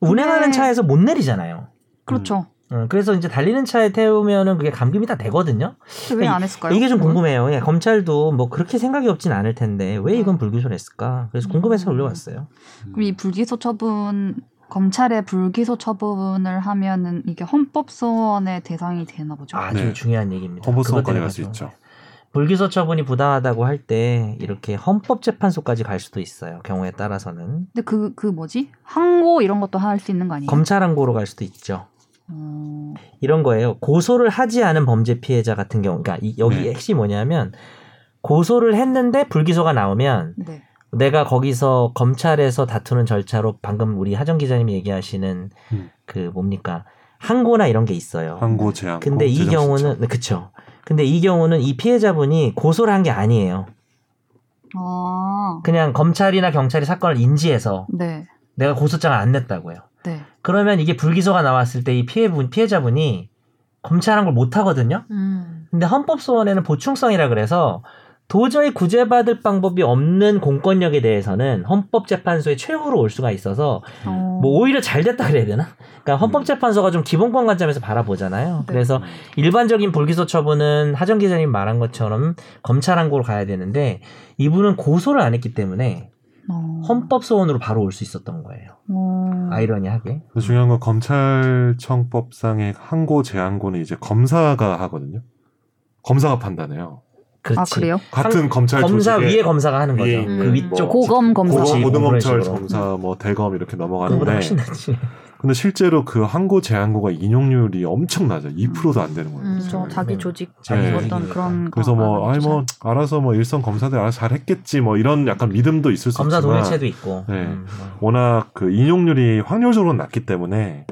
운행하는
운행-
차에서 못 내리잖아요.
그렇죠.
어, 그래서 이제 달리는 차에 태우면은 그게 감금이 다 되거든요.
왜 안 했을까요?
그러니까 이게 좀
그걸?
궁금해요. 예, 검찰도 뭐 그렇게 생각이 없진 않을 텐데 왜
음.
이건 불기소를 했을까? 그래서 궁금해서 올려봤어요.
그럼 이 불기소 처분 검찰의 불기소 처분을 하면은 이게 헌법 소원의 대상이 되나 보죠.
아주
네.
중요한 얘기입니다.
헌법소원까지
그것
갈 수
때문에
있죠.
불기소 처분이 부당하다고 할 때 이렇게 헌법재판소까지 갈 수도 있어요. 경우에 따라서는
근데 그 그 뭐지? 항고 이런 것도 할 수 있는 거 아니에요?
검찰항고로 갈 수도 있죠.
어,
이런 거예요. 고소를 하지 않은 범죄 피해자 같은 경우, 그러니까 이- 여기
네.
핵심이 뭐냐면 고소를 했는데 불기소가 나오면
네.
내가 거기서 검찰에서 다투는 절차로 방금 우리 하정 기자님이 얘기하시는
음.
그 뭡니까 항고나 이런 게 있어요.
항고 제한.
근데 이 경우는 네, 그쵸. 근데 이 경우는 이 피해자분이 고소를 한 게 아니에요.
아,
그냥 검찰이나 경찰이 사건을 인지해서
네,
내가 고소장을 안 냈다고요.
네.
그러면 이게 불기소가 나왔을 때 이 피해분 피해자분이 검찰한 걸 못 하거든요.
음.
근데 헌법소원에는 보충성이라 그래서 도저히 구제받을 방법이 없는 공권력에 대해서는 헌법재판소의 최후로 올 수가 있어서
어,
뭐 오히려 잘 됐다 그래야 되나?
음.
그러니까 헌법재판소가 좀 기본권 관점에서
네.
바라보잖아요. 그래서
음.
일반적인 불기소 처분은 하정 기자님 말한 것처럼 검찰항고로 가야 되는데 이분은 고소를 안 했기 때문에
어.
헌법소원으로 바로 올 수 있었던 거예요.
어.
아이러니하게.
그 중요한 건 검찰청법상의 항고 제한고는 이제 검사가 하거든요. 검사가 판단해요.
그렇지.
아 그래요?
같은
항-
검찰
검사
조직의
위에 검사가 하는 거죠.
위에 있는
그
뭐
위쪽
고검 검사.
고검.
고검,
그런
고등검찰
식으로. 음.
검사, 네. 뭐 대검 이렇게
그거보다
넘어가는데
훨씬 낫지.
근데 실제로 그 항고 제한고가 인용률이 엄청 낮아요. 2%도 안 되는 거예요.
음,
지금.
저
그렇죠.
자기 조직
자기
네.
조직이니까.
어떤 그렇죠. 그런
그래서 뭐 아이 뭐 알아서 뭐 일선 검사들 알아서 잘 했겠지 뭐 이런 약간 믿음도 있을 수
검사
있지만
동일체도 있고.
네.
음, 뭐.
워낙 그 인용률이 확률적으로 낮기 때문에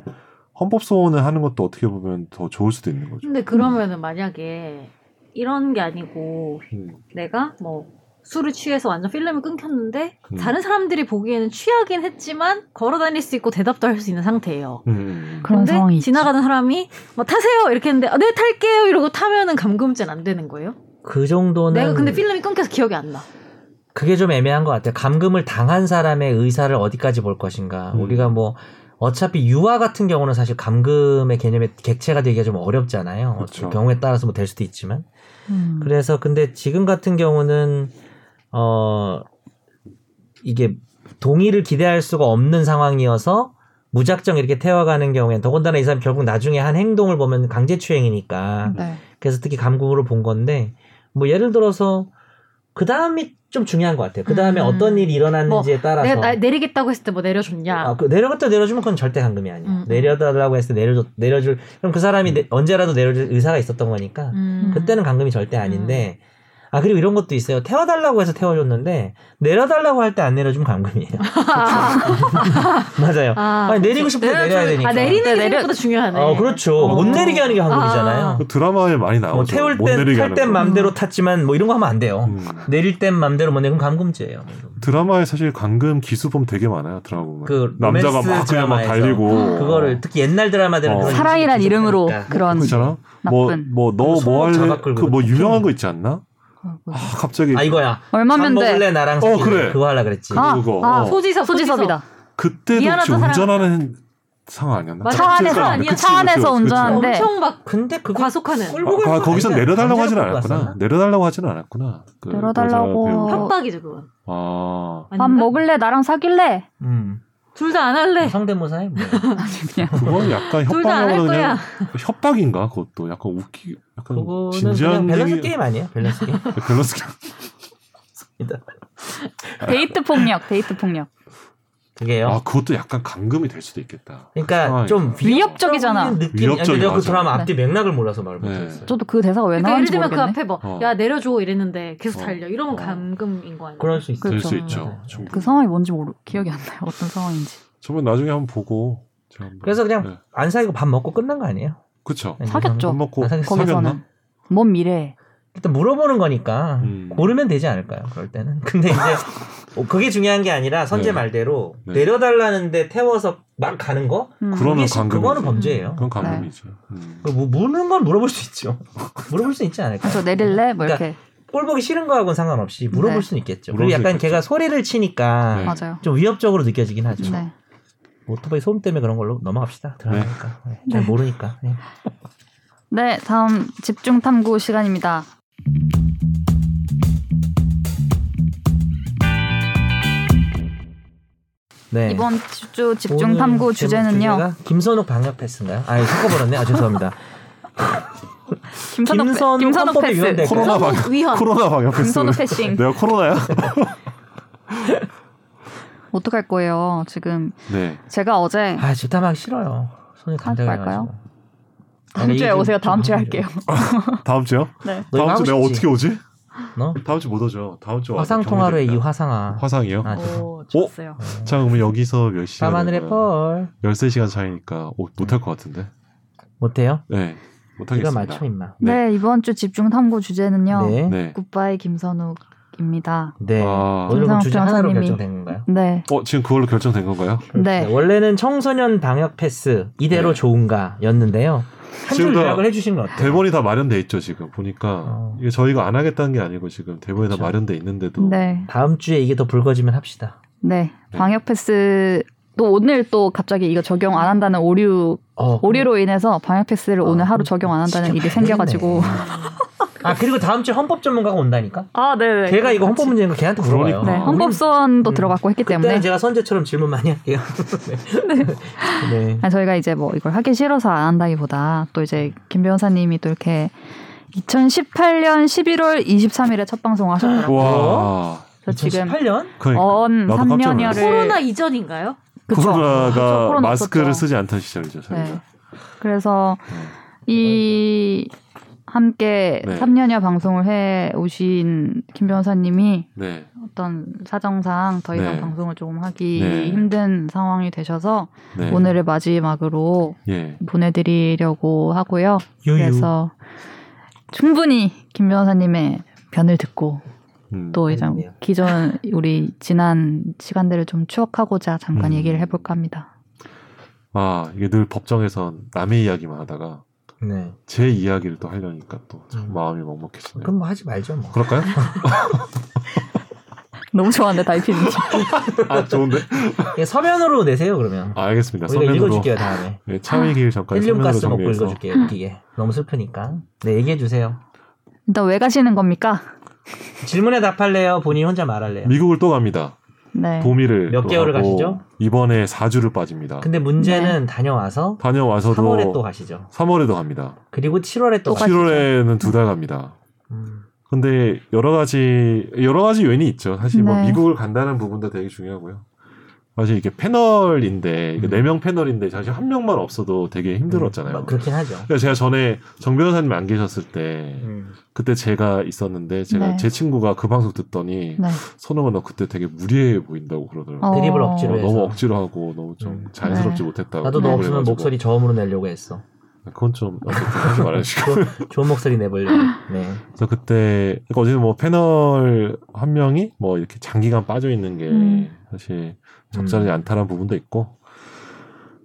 헌법 소원을 하는 것도 어떻게 보면 더 좋을 수도 있는 거죠.
근데 그러면은 만약에 이런 게 아니고
음.
내가 뭐 술을 취해서 완전 필름을 끊겼는데
음.
다른 사람들이 보기에는 취하긴 했지만 걸어 다닐 수 있고 대답도 할 수 있는 상태예요.
음.
그런
근데
상황이 있지.
지나가는 사람이 뭐 타세요 이렇게 했는데 아, 네 탈게요 이러고 타면은 감금죄는 안 되는 거예요?
그 정도는
내가 근데 필름이 끊겨서 기억이 안 나.
그게 좀 애매한 것 같아요. 감금을 당한 사람의 의사를 어디까지 볼 것인가.
음.
우리가 뭐 어차피 유아 같은 경우는 사실 감금의 개념의 객체가 되기가 좀 어렵잖아요.
그쵸.
경우에 따라서 뭐 될 수도 있지만.
음.
그래서 근데 지금 같은 경우는 어 이게 동의를 기대할 수가 없는 상황이어서 무작정 이렇게 태워가는 경우에 더군다나 이 사람 결국 나중에 한 행동을 보면 강제추행이니까
네.
그래서 특히 감금으로 본 건데 뭐 예를 들어서 그 다음이 좀 중요한 것 같아요. 그 다음에
음.
어떤 일이 일어났는지에 따라서
내가 나- 내리겠다고 했을 때 뭐 내려줬냐?
아, 그 내려갔다 내려주면 그건 절대 감금이 아니에요.
음.
내려달라고 했을 때 내려줘 내려줄 그럼 그
음.
사람이 내- 언제라도 내려줄 의사가 있었던 거니까
음.
그때는 감금이 절대 아닌데 아 그리고 이런 것도 있어요. 태워달라고 해서 태워줬는데 내려달라고 할 때 안 내려주면 감금이에요. 맞아요.
아,
그렇죠. 아니, 내리고 싶을 때 내려야 되니까.
아 내리는 게
내려-
생각보다 중요하네.
어 그렇죠.
어.
못 내리게 하는 게 감금이잖아요.
아.
그 드라마에 많이 나오죠.
뭐 태울
못
땐
내리게
탈
하는
땐
거.
맘대로 탔지만 뭐 이런 거 하면 안 돼요.
음.
내릴 땐 맘대로 못 내면 감금죄예요.
드라마에 사실 감금 기수범 되게 많아요. 드라마 보면.
그 로맨스
남자가 막 그냥 막
드라마에서
달리고
그거를 특히 옛날 드라마들은
어.
그런
사랑이란
식으로
이름으로
계속 하니까.
그런
있잖아.
나쁜.
뭐뭐 너
손목
뭐 할래?
잡아 끌고
그 뭐
이렇게
유명한
피우는
거 있지 않나?
어,
아
뭐지?
갑자기
아 이거야. 밥
얼마면 돼?
먹을래 나랑
어,
사귈래.
그래.
그거 하려 그랬지.
아,
그거.
아,
어.
소지섭
소지섭이다.
그때도 혹시
미안하다, 사람.
운전하는 상황 아니었나?
맞아.
차
그치,
안에서
그치, 그치,
차 안에서
그치, 그치.
운전하는데
엄청 막
근데 그거
과속하는.
끌고 갈
아,
거
거기서
아니잖아.
내려달라고 하진
남자를 끌고
않았구나.
왔었나?
내려달라고 하진 않았구나. 그
내려달라고.
여자 배우가.
협박이죠 그건.
아,
밥 먹을래? 나랑 사귈래?
음.
둘다 안
네.
할래.
성대모사해. 뭐.
그건 약간
둘다안
협박이라고
할
그냥 협박인가 그것도 약간 웃기 약간
그거는 그냥
진지한
밸런스
얘기-
게임 아니에요? 밸런스 게임.
밸런스 게임.
데이트 폭력, 데이트 폭력.
그게요.
아 그것도 약간 감금이 될 수도 있겠다. 아,
그러니까
상황이.
좀
위협적이잖아.
느낌. 아니, 근데
위협적이야,
내가 그
맞아.
드라마 앞뒤 맥락을 몰라서 말을
네.
못했어요.
저도 그 대사가 왜
그러니까 예를
나왔는지
들면 그
모르겠네.
앞에 뭐
어.
야 내려줘 이랬는데 계속
어.
달려 이러면
어.
감금인 거 아니야?
그럴 수 있어요.
그-
될 수
그렇죠.
있죠.
네.
충분히.
그 상황이 뭔지 모르 기억이 안 나요. 어떤 상황인지.
저번 나중에 한번 보고. 제가 한번-
그래서 그냥 네.
네.
안 사귀고 밥 먹고 끝난 거 아니에요?
그쵸.
아니,
사귀었죠.
밥 먹고
아, 사귀었어.
사귀었나?
거기서는. 먼 미래에.
일단 물어보는 거니까
음.
고르면 되지 않을까요? 그럴 때는. 근데 이제 어, 그게 중요한 게 아니라 선제
네.
말대로
네.
내려달라는데 태워서 막 가는 거?
음.
그럼- 그거는
그게 시-
감금이죠.
그거는 범죄예요.
그건 감금이죠. 음.
그뭐 물는 건 물어볼 수 있죠. 물어볼 수 있지 않을까.
아, 저 내릴래?
네.
뭐 이렇게.
꼴 보기 싫은 거하고는 상관없이 물어볼
네.
수는 있겠죠.
물어볼
그리고
수
약간
있겠죠.
걔가 소리를 치니까
네.
맞아요.
좀 위협적으로 느껴지긴 하죠.
네.
오토바이 소음 때문에 그런 걸로 넘어갑시다. 드라마니까. 네, 잘
네.
모르니까. 네.
네, 다음 집중 탐구 시간입니다.
네.
이번 주 집중
오늘
탐구
제목
주제는요.
주제가 김선욱 방역 패스인가요? 아, 섞어버렸네. 아, 죄송합니다.
김선욱, 패-
김선욱
김선욱
헌법에
패스.
위헌된
코로나
선호
방역.
위헌.
코로나 방역
김선욱
패스.
네.
패싱.
내가 코로나야?
어떡할 거예요, 지금.
네.
제가 어제
아, 집탐하기 싫어요. 손이 간절해가지고. 아,
할까요? 다음 주에 오세요. 다음 주에 할게요.
다음 주요?
네.
너희가
다음 주 내가
하고
어떻게
싶지?
오지?
너?
다음 주 못 오죠. 다음 주 와서
화상 통화로의 이
정리됩니다.
화상아.
화상이요?
네.
아, 네. 죄송.
오, 좋았어요.
자, 그러면 여기서 몇 시간?
까마늘의 펄.
13시간 차이니까 오, 못할 것 같은데.
못해요?
네. 못
이거
하겠습니다.
맞춰, 임마.
네, 이번 주 집중 탐구 주제는요.
네.
네.
굿바이 김선욱입니다.
네.
아.
오늘 그럼
김선욱
주제 하나로
변호사님이.
결정된 건가요?
네.
어, 지금 그걸로 결정된 건가요?
네.
원래는 청소년 방역 패스 이대로
네.
좋은가였는데요. 한 줄
지금 다
요약을 해주신 것 같아요.
대본이 다 마련돼 있죠, 지금. 보니까
어.
이게 저희가 안 하겠다는 게 아니고 지금 대본이
그쵸.
다 마련돼 있는데도
네.
다음 주에 이게 더 불거지면 합시다.
네.
네.
방역 패스 또 오늘 또 갑자기 이거 적용 안 한다는 오류
어,
오류로 인해서 방역 패스를
아,
오늘 하루
그럼
적용 안 한다는
진짜
일이
발리네.
생겨가지고
아 그리고 다음 주에 헌법 전문가가 온다니까.
아 네네
걔가 이거 헌법 문제인 거 걔한테 물어봐요.
그러니까.
네
아,
헌법 소원도
음,
들어갔고 했기
그때는
때문에
제가 선제처럼 질문 많이 할게요. 네. 네.
아니, 저희가 이제 뭐 이걸 하기 싫어서 안 한다기보다 또 이제 김 변호사님이 또 이렇게 2018년 11월 23일에 첫 방송 하셨더라고요.
어?
와.
그래서 지금
2018년
그러니까
언
나도 깜짝
3년여를
코로나 이전인가요?
그쵸.
코로나가
그쵸, 코로나
마스크를
없었죠.
쓰지 않던 시절이죠, 저희가.
네. 그래서 이 함께
네.
3년여 방송을 해 오신 김 변호사님이
네.
어떤 사정상 더 이상
네.
방송을 조금 하기
네.
힘든 상황이 되셔서
네.
오늘을 마지막으로
예.
보내드리려고 하고요.
유유.
그래서 충분히 김 변호사님의 변을 듣고
음.
또 이제
아니네요.
기존 우리 지난 시간들을 좀 추억하고자 잠깐
음.
얘기를 해볼까 합니다.
아, 이게 늘 법정에선 남의 이야기만 하다가
네.
제 이야기를 또 하려니까 또 참
음.
마음이 먹먹해지네요.
그럼 뭐 하지 말죠 뭐.
그럴까요?
너무 좋아하는데 다이피님.
아, 좋은데?
예, 서면으로 내세요 그러면.
아, 알겠습니다.
우리가
서면으로.
읽어줄게요 다음에.
네, 참여 기일 전까지
헬륨
서면으로
가스 먹고
정리해서.
읽어줄게요. 웃기게. 너무 슬프니까. 네 얘기해 주세요.
일단 왜 가시는 겁니까?
질문에 답할래요? 본인 혼자 말할래요?
미국을 또 갑니다.
네.
도미를
몇
또
개월을
하고
가시죠?
이번에 4주를 빠집니다.
근데 문제는
네.
다녀와서
다녀와서도
3월에 또 가시죠.
3월에도 갑니다.
그리고 7월에 또 가시죠.
7월에는 두 달 갑니다.
음.
근데 여러 가지 여러 가지 요인이 있죠. 사실 뭐
네.
미국을 간다는 부분도 되게 중요하고요. 사실 이게 패널인데
음.
네 명 패널인데 사실 한 명만 없어도 되게 힘들었잖아요.
막 그렇긴 하죠.
그러니까 제가 전에 정 변호사님 안 계셨을 때
음.
그때 제가 있었는데 제가
네.
제 친구가 그 방송 듣더니
네.
선호가 너 그때 되게 무리해 보인다고 그러더라고요.
드립을
어.
억지로
어,
해서.
너무 억지로 하고 너무 좀
네. 음.
자연스럽지
네.
못했다고.
나도 너
네.
없으면
그래가지고.
목소리 저음으로 내려고 했어.
그건 좀 어쨌든 하지 말아주시고.
좋은 목소리 내보려고. 네.
그래서 그때 그러니까 어쨌든 뭐 패널 한 명이 뭐 이렇게 장기간 빠져 있는 게
음.
사실
음.
적절하지 않다는 부분도 있고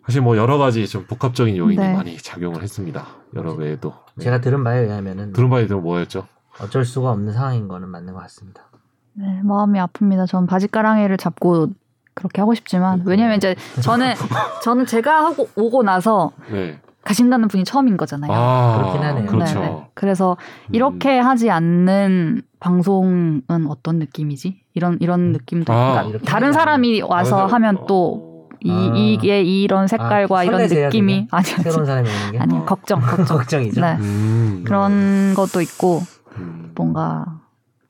사실 뭐 여러 가지 좀 복합적인 요인이
네.
많이 작용을 했습니다. 여러 외에도 네.
제가 들은 바에 의하면은
들은 바에 대로 뭐였죠?
어쩔 수가 없는 상황인 거는 맞는 것 같습니다.
네, 마음이 아픕니다. 전 바지가랑이를 잡고 그렇게 하고
네.
싶지만 왜냐면 이제 저는 저는 제가 하고 오고 나서
네.
가신다는 분이 처음인 거잖아요.
아
그렇긴 하네요.
그렇죠. 음.
네네. 그래서 이렇게 하지 않는 방송은 어떤 느낌이지? 이런 이런 느낌도
아.
그러니까
이렇게
다른
하지
사람이 와서
어.
하면 또
또
이,
아.
이게 이런 색깔과
아,
이런
설레세요,
느낌이 아니
새로운 사람이 오는 게
아니 아니 걱정 걱정
걱정이죠.
네.
음.
그런 것도 있고
음.
뭔가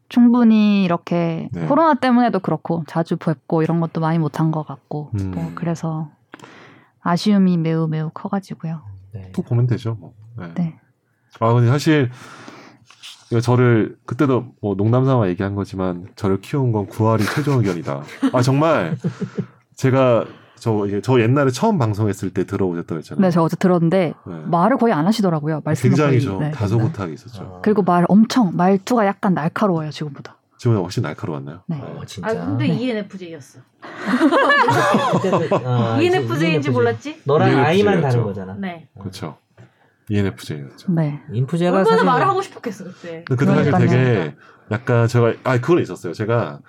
충분히 이렇게
네.
코로나 때문에도 그렇고 자주 뵙고 이런 것도 많이 못한 것 같고
음.
뭐 그래서 아쉬움이 매우 매우 커가지고요.
네.
또 보면 되죠. 뭐. 네.
네.
아 근데 사실 이거 저를 그때도 뭐 농담삼아 얘기한 거지만 저를 키운 건 구할이 최종 의견이다. 아 정말 제가 저, 예, 저 옛날에 처음 방송했을 때 들어오셨다고 했잖아요.
네, 저 어제 들었는데
네.
말을 거의 안 하시더라고요. 말씀
굉장히 좀 다소
네.
못하게 있었죠.
어.
그리고 말 엄청 말투가 약간 날카로워요 지금보다.
지금 훨씬 날카로웠나요?
네.
어, 진짜.
아 근데
네.
ENFJ였어.
그때도-
E
아,
ENFJ인지
ENFJ.
몰랐지?
너랑
ENFJ
아이만 다른
였죠.
거잖아.
네.
그렇죠. ENFJ였죠.
네.
인프제가
얼마나
사실
말을 하고 싶었겠어 그때.
근데 그 당시
그러니까요.
되게 약간 제가 아 그건 있었어요. 제가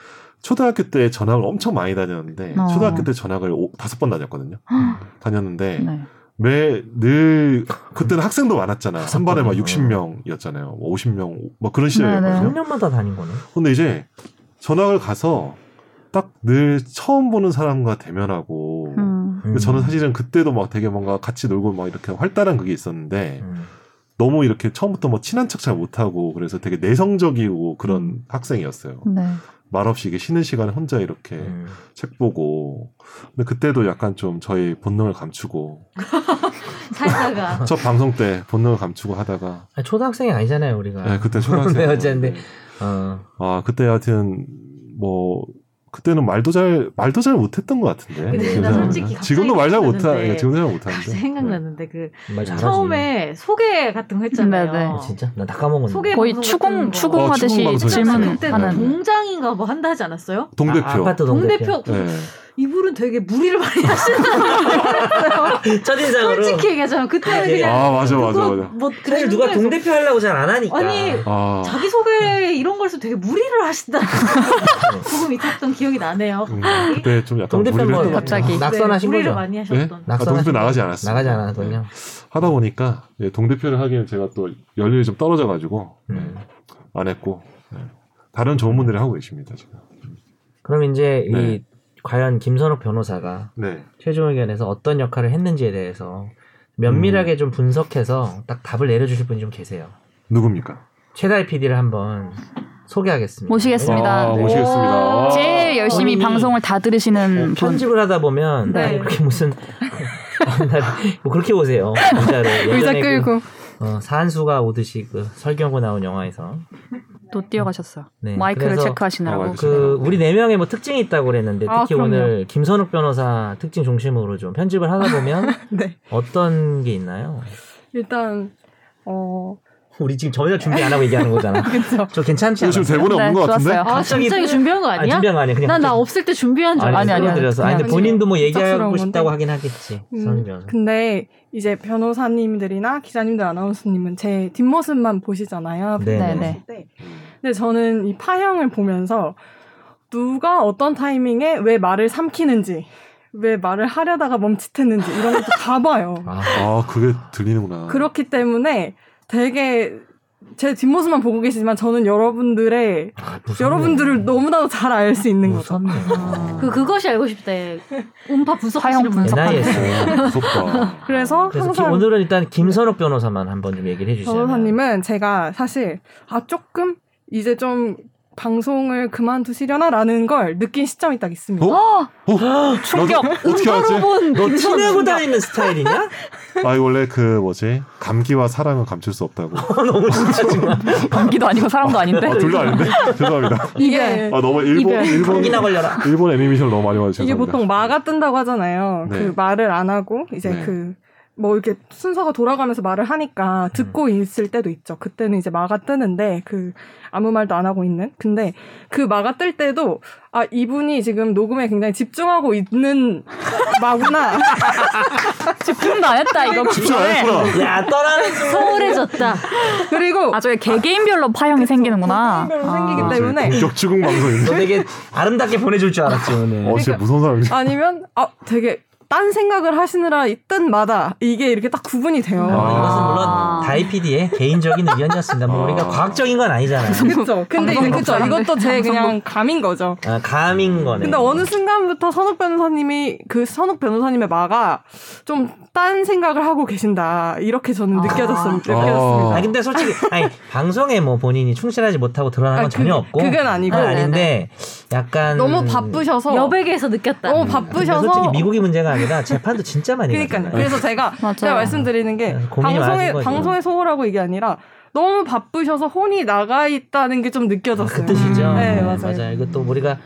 초등학교 때 전학을 엄청 많이 다녔는데
어.
초등학교 때 전학을 오- 다섯 번 다녔거든요. 다녔는데
네.
매 늘 그때는 학생도 많았잖아.
다섯
한 반에 막
번이요.
60명이었잖아요. 뭐 50명 막 그런
네,
시절이었거든요.
네.
3년마다 다닌 거네.
근데 이제 전학을 가서 딱 늘 처음 보는 사람과 대면하고
음.
근데 저는 사실은 그때도 막 되게 뭔가 같이 놀고 막 이렇게 활달한 그게 있었는데
음.
너무 이렇게 처음부터 뭐 친한 척 잘 못하고 그래서 되게 내성적이고 그런
음.
학생이었어요.
네.
말없이 이게 쉬는 시간에 혼자 이렇게
음.
책 보고 근데 그때도 약간 좀 저의 본능을 감추고
아.
살다가
첫 방송 때 본능을 감추고 하다가
아니, 초등학생이 아니잖아요 우리가.
네, 그때 초등학생
네, 어쨌든. 어.
아 그때 하여튼 뭐 그때는 말도 잘 말도 잘 못했던 것 같은데
근데
지금
나
생각하면.
네, 솔직히 갑자기
지금도 말 잘 못하 네,
생각났는데.
지금도 잘
갑자기
못하는데
아, 생각났는데 그
말 잘하지.
처음에 소개 같은 거
네,
했잖아요.
네.
아, 진짜? 나 다 아, 까먹었네.
소개
거의
방송 같은
추궁
거.
어,
추궁하듯이
추궁 방송
그때 뭐
하는.
질문하는.
동장인가 뭐 한다 하지 않았어요?
네. 동대표
아, 아파트
동대표. 그
동대표.
네.
이분은 되게 무리를 많이 하시는
첫인상으로.
솔직히 얘기하자면 그때는
네.
그냥
아 맞아 맞아
누구
맞아
뭐
사실 누가
그랬는데
동대표 하려고 잘 안 하니까.
아니,
아
자기 소개 이런 걸서 되게 무리를 하신다. 조금 있었던 기억이 나네요.
음, 그때 좀 약간
동대표
무리를
뭐
했던 것 같아요.
갑자기.
낙선하신
네, 무리를
거죠?
많이
네?
하셨던.
아, 동대표 나가지 않았어요.
나가지 않았군요.
하다 보니까 예, 동대표를 하기에는 제가 또 연륜이 좀 떨어져가지고
음.
안 했고 예. 다른 좋은 분들이 하고 계십니다 지금.
그럼 이제
네.
이 과연 김선욱 변호사가
네.
최종 의견에서 어떤 역할을 했는지에 대해서
음.
면밀하게 좀 분석해서 딱 답을 내려주실 분이 좀 계세요.
누굽니까?
최다희 PD를 한번 소개하겠습니다. 네.
모시겠습니다.
아,
네.
모시겠습니다.
제일 열심히
본인이- 어,
방송을 다 들으시는 분.
음, 편집을 하다 보면
네.
그렇게 무슨 뭐 그렇게 오세요. 진짜로
의자
예전에
끌고
그, 어, 사한수가 오듯이 그 설경구 나온 영화에서
또 뛰어가셨어.
네,
마이크를
그래서
체크하시느라고.
아, 맞아요.
그 우리 네 명의 뭐 특징이 있다고 그랬는데
아,
특히
그럼요.
오늘 김선욱 변호사 특징 중심으로 좀 편집을 하다 보면
네.
어떤 게 있나요?
일단 어
우리 지금 전혀 준비 안 하고 얘기하는 거잖아.
그쵸.
저 괜찮지
이거
않아요?
지금 대본에
네,
없는 것 같은데?
좋았어요.
아,
갑자기-
갑자기 준비한 거 아니야?
준비한 거 아니야. 그냥
난 나
갑자기-
없을 때 준비한 줄
아니,
아니,
알았어.
아니, 아니.
들어서. 아니, 근데
그냥
본인도 뭐
갑작스러운
얘기하고
건데.
싶다고 하긴 하겠지.
음,
선욱 변호사.
근데 이제 변호사님들이나 기자님들 아나운서님은 제 뒷모습만 보시잖아요.
네,
네, 네.
네.
때. 근데 저는 이 파형을 보면서 누가 어떤 타이밍에 왜 말을 삼키는지, 왜 말을 하려다가 멈칫했는지 이런 것도 다 봐요.
아,
아 그게 들리는구나.
그렇기 때문에 되게 제 뒷모습만 보고 계시지만 저는 여러분들의
아, 무섭네.
여러분들을 너무나도 잘 알 수 있는 거죠.
뭐 무섭네.
그 그것이 알고 싶대. 음파
화형
분석하시는 분.
분석.
NIS.
어, 무섭다.
그래서
그래서
항상
기- 오늘은 일단 김선욱 변호사만 한번 좀 얘기를 해주시죠.
변호사님은 제가 사실 아 조금 이제 좀 방송을 그만두시려나라는 걸 느낀 시점이 딱 있습니다.
어?
충격.
너도 어떻게 알았지?
너 티내고 다니는 스타일이냐?
아 이거 원래 그 뭐지 감기와 사랑은 감출 수 없다고.
아, 너무 진짜 지금
감기도 아니고 사람도 아닌데.
아, 둘다 아닌데? 죄송합니다.
이게
아 너무 일본
이별.
일본
감기나 걸려라.
일본 애니메이션 너무 많이 봐주셔서
이게 보통 마가 뜬다고 하잖아요.
네.
그 말을 안 하고 이제
네.
그 뭐 이렇게 순서가 돌아가면서 말을
음.
하니까 듣고 있을 때도 있죠. 그때는 이제 마가 뜨는데 그 아무 말도 안 하고 있는. 근데 그 마가 뜰 때도 아 이분이 지금 녹음에 굉장히 집중하고 있는 마구나.
집중도 안 했다 이거.
집중 안 했구나.
야 떠나는 순간.
서울해졌다.
그리고
아, 저게 개개인별로 파형이 생기는구나.
개개인별로
아.
생기기 때문에.
아, 저희 공격 추궁
너
방송인데.
되게 아름답게 보내줄 줄 알았지 오늘.
어 진짜 무서운 사람이.
아니면 아 되게 딴 생각을 하시느라 있던 마다 이게 이렇게 딱 구분이 돼요.
어, 이것은
아.
물론 다이 PD의 개인적인 의견이었습니다. 뭐 우리가
아.
과학적인 건 아니잖아요.
그렇죠. 근데 이제
방송국
그쵸
사람들.
이것도 제 그냥 감인 거죠.
아, 감인 거네.
근데 어느 순간부터 선욱 변호사님이 그 선욱 변호사님의 마가 좀 딴 생각을 하고 계신다 이렇게 저는
아.
느껴졌습,
아.
느껴졌습니다.
아 근데 솔직히 아니 방송에 뭐 본인이 충실하지 못하고 드러난 건
아니,
전혀
그-
없고
그건 아니고
그건 아닌데 약간
너무 바쁘셔서
여백에서 느꼈다.
너무
근데
바쁘셔서
솔직히 미국이 문제가 아니라 재판도 진짜 많이
그러니까요.
가잖아요. 네,
그래서 제가
맞아요.
제가 말씀드리는 게
고민이 많으신
방송에
거죠.
방송에 소홀하고 이게 아니라 너무 바쁘셔서 혼이 나가 있다는 게 좀
그
느껴졌어요.
뜻이죠.
음.
네, 맞아요.
이것도 우리가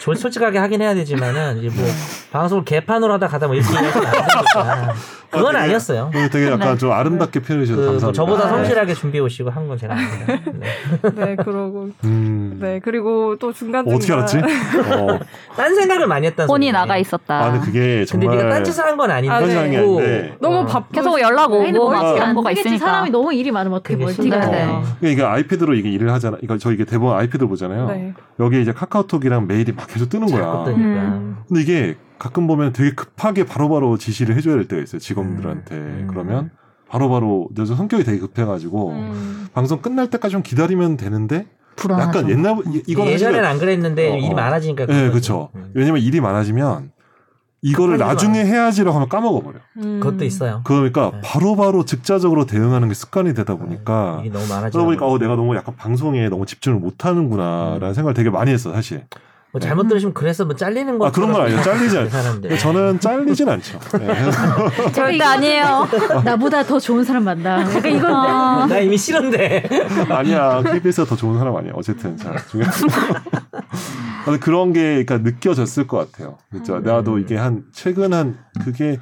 조- 솔직하게 하긴 해야 되지만은 이제 뭐 방송을 개판으로 하다 가다 뭐 이렇게 얘기하시면 안 되니까. 그건 아니었어요.
오늘 되게 약간 좀 아름답게 표현해 주셔서
그,
네, 감사합니다.
뭐 저보다
네.
성실하게 준비해 오시고 한 건 제가 아닙니다. 네.
네, 그러고
음.
네 그러니까. 그리고 또 중간
어, 어떻게 알았지? 어.
딴 생각을 많이 했다는
혼이
소리예요.
나가 있었다.
아, 근데 그게
근데
정말
네가 딴 짓을 한 건
아,
아닌데
네.
현장이
오.
아닌데
너무
어.
바쁘
계속 연락 오고 막
멀티
멀티가
이런 거가 있으니까.
사람이 너무 일이 많으면 어떻게
그게
멀티가
신기하네.
돼요.
그러니까 이게 아이패드로 이게 일을 하잖아. 이거 저 이게 대본 아이패드 보잖아요.
네.
어.
여기에 이제 카카오톡이랑 메일이 막 계속 뜨는 거야.
자꾸
근데
뜨니까.
음.
이게 가끔 보면 되게 급하게 바로바로 지시를 해줘야 될 때가 있어요. 직원들한테.
음.
그러면 바로바로 저 성격이 되게 급해가지고
음.
방송 끝날 때까지 좀 기다리면 되는데
불안하죠.
그 약간 옛날 이- 이거는
아, 예전엔
사실은-
안 그랬는데
어,
일이
어.
많아지니까.
예,
그런
그렇죠.
거지. 음.
왜냐면 일이 많아지면 이거를
급하지도
나중에 해야지라고 하면 까먹어버려.
음.
그것도 있어요.
그러니까
네.
바로바로 즉자적으로 대응하는 게 습관이 되다 보니까
일이 너무 많아지다
음. 그러다
보니까.
보니까 어, 내가 너무 약간 방송에 너무 집중을
음.
못하는구나라는 생각을 되게 많이 했어 사실.
뭐 잘못 들으시면 그래서 뭐 잘리는 거.
아, 그런 건 아니에요. 잘리지 않-
사람들.
저는 잘리진 않죠. 네.
절대 아니에요.
나보다 더 좋은 사람 만나. 그러니까 이건
아,
나 이미 싫은데.
아니야 KBS가 더 좋은 사람 아니야. 어쨌든 자 중요한. 근데 그런 게 그러니까 느껴졌을 것 같아요.
음.
진짜 나도 이게 한 최근 한 그게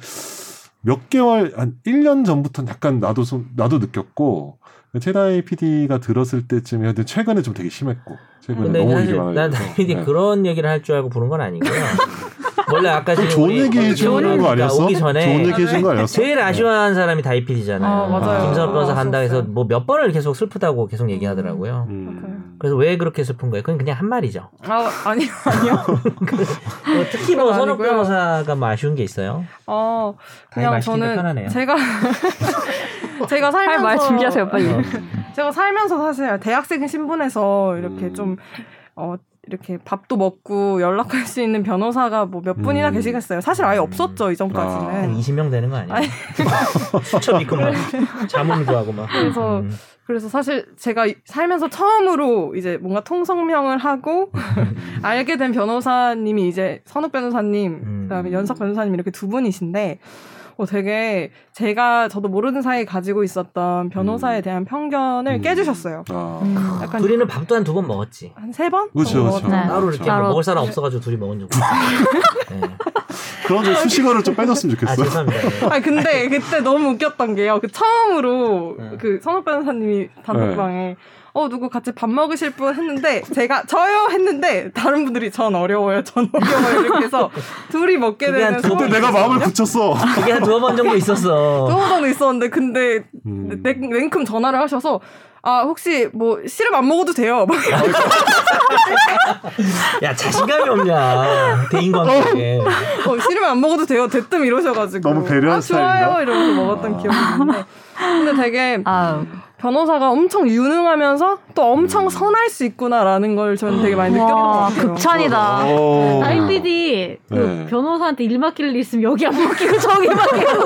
몇 개월 한 1년 전부터 약간 나도 좀 나도 느꼈고 최다희 PD가 들었을 때쯤에 근데 최근에 좀 되게 심했고 최근에
근데
너무 일이 네.
사실 음, 네, 난
많아서
당연히 그런 얘기를 할 줄 알고 부르는 건 아니고요. 원래 아까 지금
좋은
우리
얘기 해주는 거
그러니까
아니었어?
오기 전에
좋은 얘기 해준
네.
거 아니었어? 네.
제일 아쉬워하는 사람이 다이피디잖아요.
아, 맞아요.
김선호 변호사 간다 해서
아쉬웠어요.
뭐 몇 번을 계속 슬프다고 계속 얘기하더라고요.
음.
그래서 왜 그렇게 슬픈 거예요? 그건 그냥 한 말이죠.
아 아니요 아니요.
뭐 특히 뭐
아, 그건
선욱
아니고요.
변호사가 뭐 아쉬운 게 있어요?
어 그냥
마시기가
저는
편하네요.
제가 제가
할
살면서
말 준비하세요 빨리.
어,
제가 살면서 사실 대학생 신분에서 이렇게
음.
좀 어, 이렇게 밥도 먹고 연락할 수 있는 변호사가 뭐 몇 분이나
음.
계시겠어요. 사실 아예
음.
없었죠
한
이전까지는.
20명 되는 거 아니에요? 수첩 입고 막 자문도 하고 막.
그래서
음.
그래서 사실 제가 이- 살면서 처음으로 이제 뭔가 통성명을 하고 알게 된 변호사님이 이제 선욱 변호사님,
음.
그다음에 연석 변호사님 이렇게 두 분이신데 어, 되게 제가 저도 모르는 사이에 가지고 있었던 변호사에
음.
대한 편견을
음.
깨주셨어요. 음.
아.
약간 아,
둘이는 밥도 한 두 번 먹었지.
한 세 번?
그렇죠,
정도
그렇죠.
먹었-
네.
따로 이렇게
따로.
먹을 사람 없어가지고 둘이 먹은 적 없어요. 네.
그런 좀 수식어를 좀 빼줬으면
아
좋겠어요.
죄송합니다. 네.
아 근데 그때 너무 웃겼던 게요. 그 처음으로
네.
그 선욱 변호사님이 단톡방에
네.
어 누구 같이 밥 먹으실 분 했는데 제가 저요 했는데 다른 분들이 전 어려워요, 전 어려워요 이렇게 해서 둘이 먹게
그게
되는
한 두-
소원이
근데 내가 마음을 굳혔어.
그게 한 두어 번 정도 있었어.
너무 전 있었는데 근데
음.
냉- 냉큼 전화를 하셔서 아 혹시 뭐 씨름 안 먹어도 돼요. 막 이러고
야 자신감이 없냐 대인관계.
어, 씨름 안 먹어도 돼요. 대뜸 이러셔가지고
너무 배려한
아, 좋아요
스타일인가?
이러면서 먹었던
아.
기억이 있는데 근데 되게
아,
변호사가 엄청 유능하면서 또 엄청 선할 수 있구나라는 걸 저는 되게 많이 느꼈던 것
와
같아요.
극찬이다.
오.
아,
IPD 그
어. 네.
변호사한테 일 맡길 일 있으면 여기 안 맡기고 저기 맡기고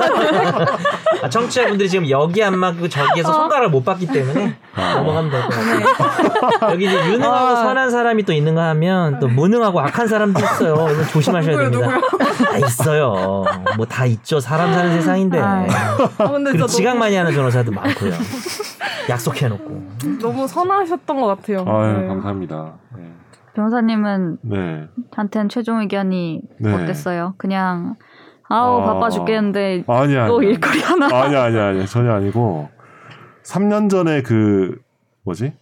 아, 청취자분들이 지금 여기 안 맞고
어?
저기에서 손가락을 못 봤기 때문에
아.
넘어가면 될 것
네.
같아요. 여기 이제 유능하고 선한 사람이 또 있는가 하면 또 무능하고 악한 사람도 있어요. 이거 조심하셔야
누구요,
됩니다. 다 있어요. 뭐 다 있죠. 사람 사는 세상인데.
아.
아, 근데
그리고
진짜
지각
너무,
많이 하는 변호사도 많고요. 약속해놓고.
너무 선하셨던 것
음.
같아요.
아유,
네.
감사합니다. 네.
변호사님은
네.
한텐 최종 의견이
네.
어땠어요? 그냥 아우
아.
바빠 죽겠는데
아니야.
또
아니야.
일거리 하나.
아니야, 아니야, 아니야. 전혀 아니고. 3년 전에 그, 뭐지?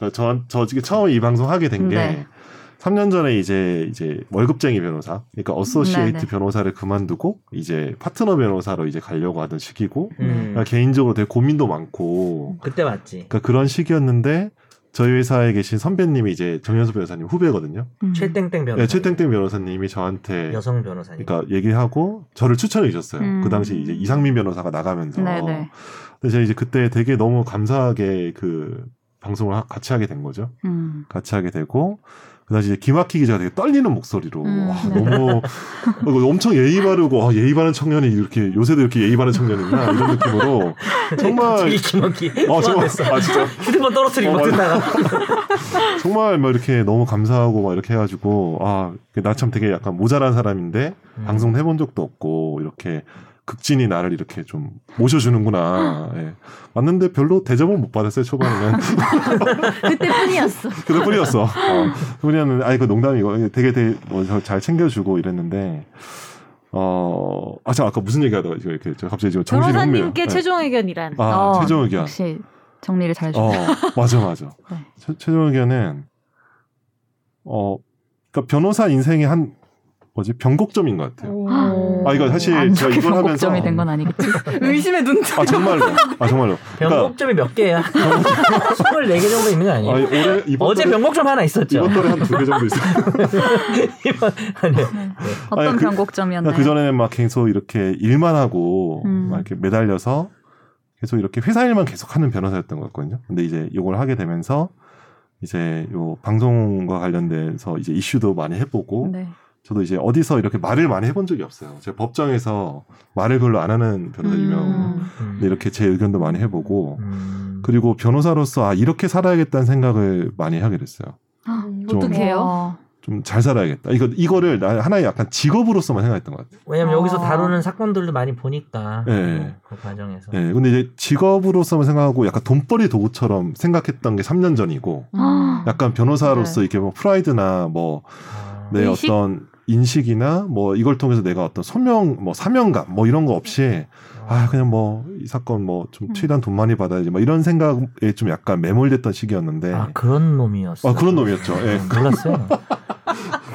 저, 저, 저 지금 처음 이 방송 하게 된 게,
네.
3년 전에 이제, 이제, 월급쟁이 변호사, 그러니까 어소시에이트
네, 네.
변호사를 그만두고, 이제 파트너 변호사로 이제 가려고 하던 시기고,
음.
그러니까 개인적으로 되게 고민도 많고,
그때 맞지.
그러니까 그런 시기였는데, 저희 회사에 계신 선배님이 이제 정현수 변호사님 후배거든요.
음.
최땡땡 변호사.
네, 최땡땡 변호사님이 저한테
여성 변호사님.
그러니까 얘기하고 저를 추천해 주셨어요.
음.
그 당시 이제 이상민 변호사가 나가면서.
네네.
근데 제가 이제 그때 되게 너무 감사하게 그 방송을 하- 같이 하게 된 거죠.
음.
같이 하게 되고 그 당시 이제 김학희 기자가 되게 떨리는 목소리로
음,
와,
네.
너무 이거 엄청 예의 바르고 아, 예의 바른 청년이 이렇게 요새도 이렇게 예의 바른 청년이구나 이런 느낌으로 정말
갑자기 김학기.
아 정말
소환됐어.
아 진짜
휴대폰 떨어뜨리고
어,
못 듣다가.
정말 막 이렇게 너무 감사하고 막 이렇게
음.
해가지고 아 나 참 되게 약간 모자란 사람인데 방송 해본 적도 없고 이렇게 극진이 나를 이렇게 좀 모셔주는구나. 예. 왔는데 별로 대접을 못 받았어요 초반에는.
그때뿐이었어.
그럴 뿐이었어. 어, 뿐이었는데 아니 그 농담이고 되게 되게 뭐잘 챙겨주고 이랬는데 어아참 아까 무슨 얘기하다가 이거 이렇게 저 갑자기 지금 정신이
변호사님께
혼미해요.
최종 의견이란
네. 아
어,
최종 의견.
역시 정리를 잘 해줘.
어 맞아 맞아.
네.
최, 최종 의견은 어 그러니까 변호사 인생의 한 뭐지 변곡점인 것 같아요. 아, 이거 사실
안
제가
좋게
이걸 하면서-
걱정이 된 건 아니겠지.
의심의 눈.
아 정말로. 아 정말로. 그러니까
변곡점이 몇 개야? 24개 정도 있는 거
아,
아니에요?
올해 이번
어제
달에-
변곡점 하나 있었죠.
이번 달에 한 두 개 정도 있어요.
이번 아니
어떤
아니, 그-
변곡점이었나요?
그 전에는 막 계속 이렇게 일만 하고
네. 음.
막 이렇게 매달려서 계속 이렇게 회사 일만 계속하는 변호사였던 것 같거든요. 근데 이제 요걸 하게 되면서 이제 요 방송과 관련돼서 이제 이슈도 많이 해보고
네.
저도 이제 어디서 이렇게 말을 많이 해본 적이 없어요. 제가 법정에서 말을 별로 안 하는 변호사
음.
유명하고 근데 이렇게 제 의견도 많이 해보고
음.
네. 그리고 변호사로서 아 이렇게 살아야겠다는 생각을 많이 하게 됐어요.
뭐
뭐
어떻게 해요?
와,
좀 잘 살아야겠다. 이거 이거를 나 하나의 약간 직업으로서만 생각했던 것 같아요.
왜냐면 여기서
어.
다루는 사건들도 많이 보니까
네.
그 과정에서
예, 근데 이제 직업으로서만 생각하고 약간 돈벌이 도구처럼 생각했던 게 3년 전이고
아.
약간 변호사로서 이렇게 뭐 프라이드나 뭐 내
아,
의식?
어떤 인식이나 뭐 이걸 통해서 내가 어떤 소명 뭐 사명감 뭐 이런 거 없이 아 그냥 뭐 이 사건 뭐 좀
음.
최대한 돈 많이 받아야지 뭐 이런 생각에 좀 약간 매몰됐던 시기였는데
아, 그런 놈이었어.
네. 아, 그런 놈이었죠. 예.
몰랐어요.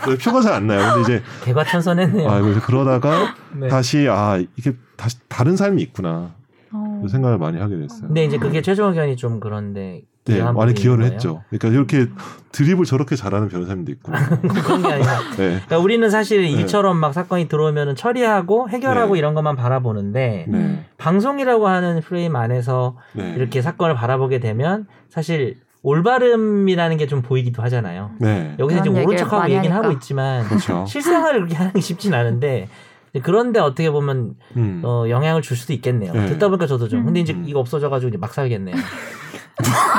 네, 표가 잘 안 나요. 근데 이제
개과천선했네요.
아 이거 그러다가
네.
다시 아 이게 다시 다른 삶이 있구나
어.
이런 뭐그 생각을 많이 하게 됐어요.
근데 이제 그게 최종 의견이 좀 그런데
네,
네. 기여한
많이
부분인
기여를
거예요?
했죠. 그러니까 이렇게 드립을 저렇게 잘하는 변호사님도 있고.
아, 그런 게 아니라
네.
그러니까 우리는 사실
네.
이처럼 막 사건이 들어오면 처리하고 해결하고
네.
이런 것만 바라보는데
네.
방송이라고 하는 프레임 안에서
네.
이렇게 사건을 바라보게 되면 사실 올바름이라는 게 좀 보이기도 하잖아요.
네.
여기서 이제
그런
모른
얘기를
척하고
많이
얘기는
하니까.
하고 있지만
그렇죠.
실생활을 그렇게 하는 게 쉽진 않은데 이제 그런데 어떻게 보면
음.
어, 영향을 줄 수도 있겠네요.
네.
듣다 보니까 저도 좀.
음.
근데 이제
음.
이거 없어져가지고 이제 막 살겠네요.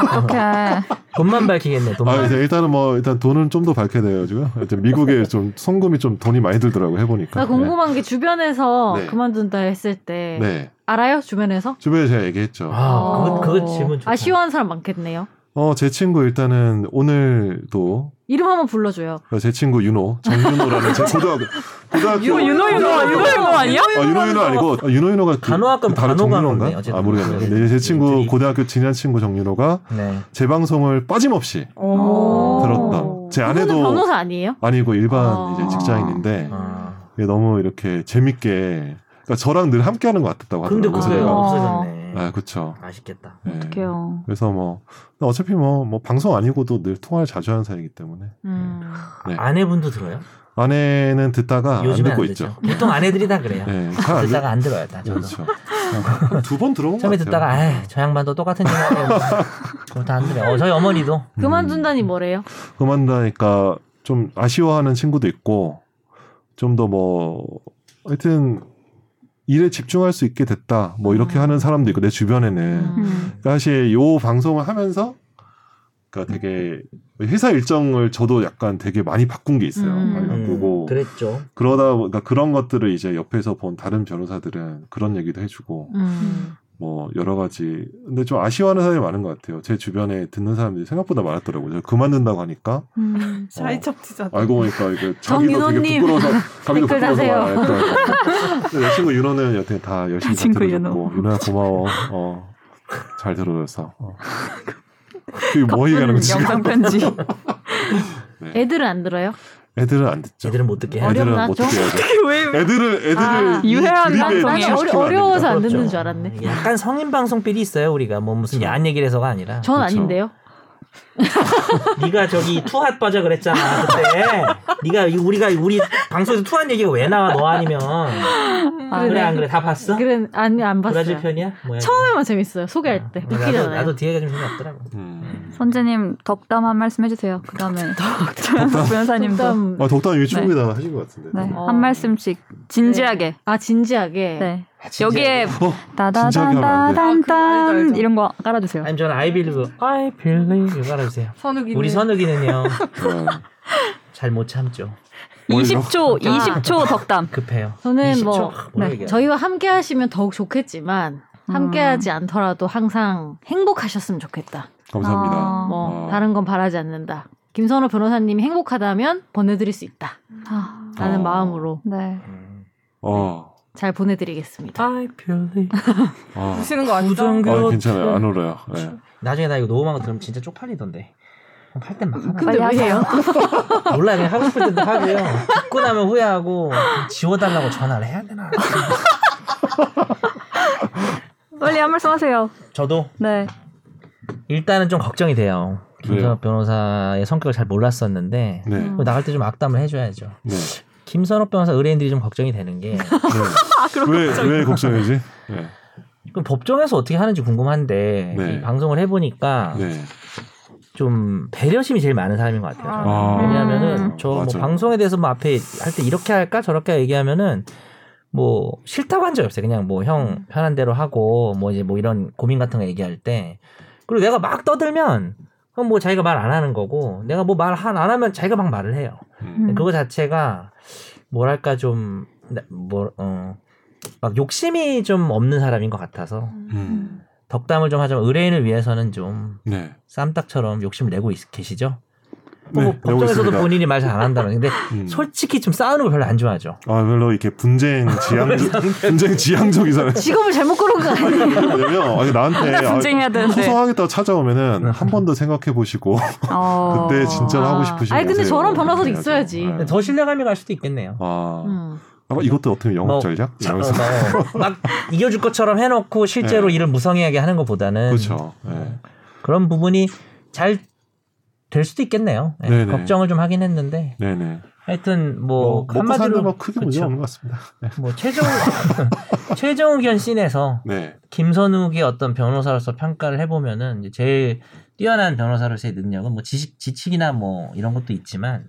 어떻게
네.
돈만 밝히겠네.
아,
돈만.
이제 일단은 뭐 일단 돈은 좀 더 밝혀야 돼가지고요. 일단 미국에 좀 송금이 좀 돈이 많이 들더라고 해보니까.
나 아, 궁금한 게 주변에서
네.
그만둔다 했을 때
네. 네.
알아요? 주변에서?
주변에 제가 얘기했죠.
아, 그거
어.
그거 질문 좋다.
아쉬워하는 사람 많겠네요.
어, 제 친구 일단은 오늘도 어,
이름 한번 불러줘요.
제 친구 윤호, 정윤호라는 제 고등학교 고등학교
윤호, 윤호, 윤호, 윤호, 윤호 아니야?
아, 윤호 윤호 아니고 아, 윤호 윤호가 그-
간호학과
그 바로
간호가
정윤호인가?
그러네, 어쨌든.
아 모르겠네요. 근데 제 친구
둘이.
고등학교 친한 친구 정윤호가
네.
제 방송을 빠짐없이
어. 오.
들었던 제
그분은
아내도 네.
변호사 아니에요?
아니고 일반 이제
아.
직장인인데
아.
이게 너무 이렇게 재밌게 그러니까 저랑 늘 함께하는 것 같았다고
근데 그게
하더라고요. 아, 그래서
그래요?
내가
없어졌네.
아 그렇죠.
아쉽겠다.
어떡해요.
그래서 뭐 어차피 뭐, 뭐 방송 아니고도 늘 통화를 자주 하는 사이이기 때문에
음.
네.
아내분도 들어요?
아내는 듣다가 안
요즘에
듣고
안
있죠.
듣죠. 보통 아내들이 다 그래요.
네, 잘안 듣.
듣다가 안 들어요. 다 저도.
그렇죠. 네. 두 번 들어온 것
처음에
같아요.
듣다가 아, 저 양반도 똑같은 얘기 하네요. 그럼 다안 들어요. 어, 저희 어머니도
그만둔다니 뭐래요?
그만다니까 좀 아쉬워하는 친구도 있고 좀 더 뭐 하여튼 일에 집중할 수 있게 됐다 뭐 이렇게
음.
하는 사람도 있고 내 주변에는 그러니까
음.
사실 요 방송을 하면서 그러니까 되게 회사 일정을 저도 약간 되게 많이 바꾼 게 있어요.
음.
많이
음,
바꾸고 그렇죠.
그랬죠.
그러다 보니까 그런 것들을 이제 옆에서 본 다른 변호사들은 그런 얘기도 해주고
음.
뭐 여러 가지 근데 좀 아쉬워하는 사람이 많은 것 같아요. 제 주변에 듣는 사람들이 생각보다 많았더라고요. 저 그만둔다고 하니까 어.
음.
사이 첩지자.
알고 보니까 이게 자기도 되게
윤호님.
부끄러워서 자기도
댓글
부끄러워서
다세요.
말안 했던 거. 내 친구 윤호는 여태 다 열심히 잘
친구
들어줬고 윤호야 고마워 어, 잘 들어줘서 어. 그게 뭐 얘기하는 거지 네.
영상 편지.
애들은 안 들어요?
애들은 안 듣죠
애들은 못 듣게 해요.
어려-
애들은
어렵나
못
좀?
듣게 해야죠
왜
애들은 애들을
아,
이
유해한
드립에
방송이에요.
나는 어려,
집중시키면 안 돼요.
어려워서 안
그렇죠.
듣는 줄 알았네.
이게 약간 성인 방송필이 있어요 우리가 뭐 무슨 야한 얘기를 해서가 아니라
전
그렇죠.
아닌데요.
네가 저기 투핫 빠져 그랬잖아 그때 네가 이- 우리가 우리 방송에서 투한 얘기가 왜 나와 너 아니면
아,
음. 그래
네.
안 그래 다 봤어?
그래, 아니, 안
브라질
봤어요.
편이야? 뭐야 이거?
처음에만 재밌어요. 소개할 때.
나도-
웃기잖아요.
나도 뒤에가 좀 재미없더라고.
음.
선재님 덕담 한 말씀 해주세요. 그다음에 덕담 변사님도
덕담.
아, 덕담 이미 충분히 다 하신 것 같은데
네,
어.
한 말씀씩 진지하게.
아, 진지하게.
네.
진지하게.
여기에
어, 진지하게 하면 안 돼.
아, 그거 알죠,
따단단
알죠.
이런 거 깔아주세요.
아니 저는 I believe, I believe 이거 알아주세요.
선욱이.
우리 선욱이는요
네.
잘 못 참죠.
뭘요?
20초, 20초 덕담.
급해요.
저는 뭐
20초? 뭘
네,
얘기해요?
저희와 함께 하시면 더욱 좋겠지만 함께 하지 않더라도 항상 행복하셨으면 좋겠다.
감사합니다.
아,
뭐
음.
아.
다른 건 바라지 않는다. 김선호 변호사님이 행복하다면 보내드릴 수 있다.
아,
라는
어.
마음으로
네.
음.
어,
잘 보내드리겠습니다.
I believe.
아,
드시는 거 아니죠?
부정교-
아, 괜찮아요. 안 울어요. 예.
나중에 나 이거 녹음한 거 들으면 진짜 쪽팔리던데. 팔 땐 막 하나.
빨리
근데 왜요?
하세요.
몰라 그냥 하고 싶을 때도 하고요. 듣고 나면 후회하고 지워달라고 전화를 해야 되나.
빨리 한 말씀 하세요.
저도
네.
일단은 좀 걱정이 돼요.
왜요?
김선호 변호사의 성격을 잘 몰랐었는데
네. 네.
음.
나갈 때 좀 악담을 해줘야죠.
네.
김선호 변호사 의뢰인들이 좀 걱정이 되는 게
왜, 왜 걱정이지? 네.
그럼 법정에서 어떻게 하는지 궁금한데
네.
이 방송을 해보니까
네.
좀 배려심이 제일 많은 사람인 것 같아요. 저는.
아.
왜냐하면은 저 뭐
맞아요.
방송에 대해서 뭐 앞에 할 때 이렇게 할까 저렇게 얘기하면은 뭐 싫다고 한 적이 없어요. 그냥 뭐
음.
형 편한 대로 하고 뭐 이제 뭐 이런 고민 같은 거 얘기할 때 그리고 내가 막 떠들면 그럼 뭐 자기가 말 안 하는 거고 내가 뭐 말 안 하면 자기가 막 말을 해요.
음.
음.
그거 자체가 뭐랄까 좀뭐어막 욕심이 좀 없는 사람인 것 같아서
음.
덕담을 좀 하자면 의뢰인을 위해서는 좀
네.
쌈딱처럼 욕심을 내고 있- 계시죠?
네,
뭐
내고
법정에서도
있습니다.
본인이 말 잘 안 한다는 근데
음.
솔직히 좀 싸우는 걸 별로 안 좋아하죠.
아, 별로 이렇게 분쟁 지향적, 분쟁 지향적인 사람.
직업을 잘못 고른 거 아니에요?
왜냐면, 아니, 나한테. 아,
네, 분쟁해야 되는데.
소송하겠다
네.
찾아오면은 한 번 더 생각해 보시고
어.
그때 진짜 로 하고 싶으시면
아니, 근데
하세요.
저런 변호사도
그래야죠.
있어야지.
네.
더 신뢰감이 갈 수도 있겠네요.
아,
음.
아마 이것도 어떻게 영업
뭐,
전략?
자, 어,
이러면서
뭐, 막 이겨줄 것처럼 해놓고 실제로
네.
일을 무성하게 하는 것보다는
그렇죠. 네.
그런 부분이 잘 될 수도 있겠네요. 네,
네네.
걱정을 좀 하긴 했는데
네네.
하여튼 뭐,
뭐, 먹고 사는
한마디로
뭐 크게 문제
그쵸.
없는 것 같습니다.
뭐 최종 최종 의견 씬에서
네.
김선욱이 어떤 변호사로서 평가를 해보면은 이제 제일 뛰어난 변호사로서의 능력은 뭐 지식 지식이나 뭐 이런 것도 있지만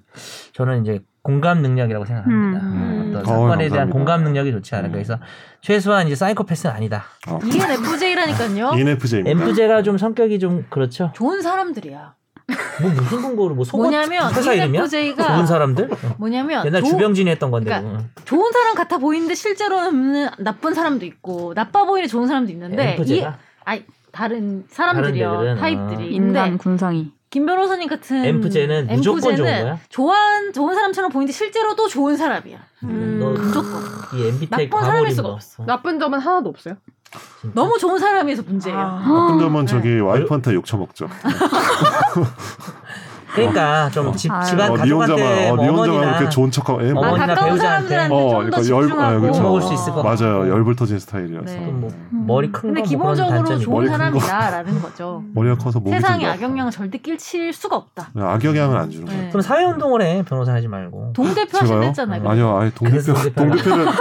저는 이제 공감 능력이라고 생각합니다.
음.
어떤
어우,
사건에 대한
감사합니다.
공감 능력이 좋지 않은
음.
그래서 최소한 이제 사이코패스는 아니다.
어.
이게 FJ라니까요.
예.
ENFJ입니다.
엠프제가 좀 성격이 좀 그렇죠.
좋은 사람들이야.
뭐 무슨 근거로 뭐 속옷
뭐냐면
회사 이름이야?
ENFJ가
좋은 사람들?
뭐냐면
옛날
조-
주병진이 했던 건데. 그거.
그러니까 좋은 사람 같아 보이는데 실제로는 나쁜 사람도 있고 나빠 보이는 좋은 사람도 있는데 이
엠프제가
아니 다른 사람들이요
다른 애들은, 아.
타입들이 근데
인간 군상이.
김 변호사님 같은
엠프제는 무조건 좋은
엠프제는
거야?
좋아한 좋은 사람처럼 보이는데 실제로도 좋은 사람이야
음,
너
무조건
이 MBTI
나쁜 사람일
과몰입
수가
없어.
나쁜 점은 하나도 없어요.
너무 좋은 사람이어서 문제예요
나쁜 점은 저기 와이프한테 욕 처먹죠.
그러니까 좀 집,
아유.
집안
어, 니
가족한테
혼자만, 어,
뭐
니 혼자만
어머니나
그렇게 좋은 척하고, 예, 뭐.
어머니
아,
어머니나
가까운
배우자한테.
사람들한테
어,
좀 더
그러니까 열- 어,
집중하고
그렇죠.
먹을 수 있을 것 같고.
맞아요. 열불 터진 스타일이라서.
네.
뭐
음.
머리 큰
근데
거 뭐 그런
기본적으로
단점이
좋은
머리 큰 거.
사람이다라는 거죠
머리가 커서 몸이
세상에
든다.
악영향 절대 끼칠 수가 없다
네, 악영향을 안 주는 거예요.
네.
그럼 사회운동을 해 변호사 하지 말고
동대표
제가요?
하신다 했잖아요
아니요, 아니
그래서
동대표,
동대표가-
동대표는
야,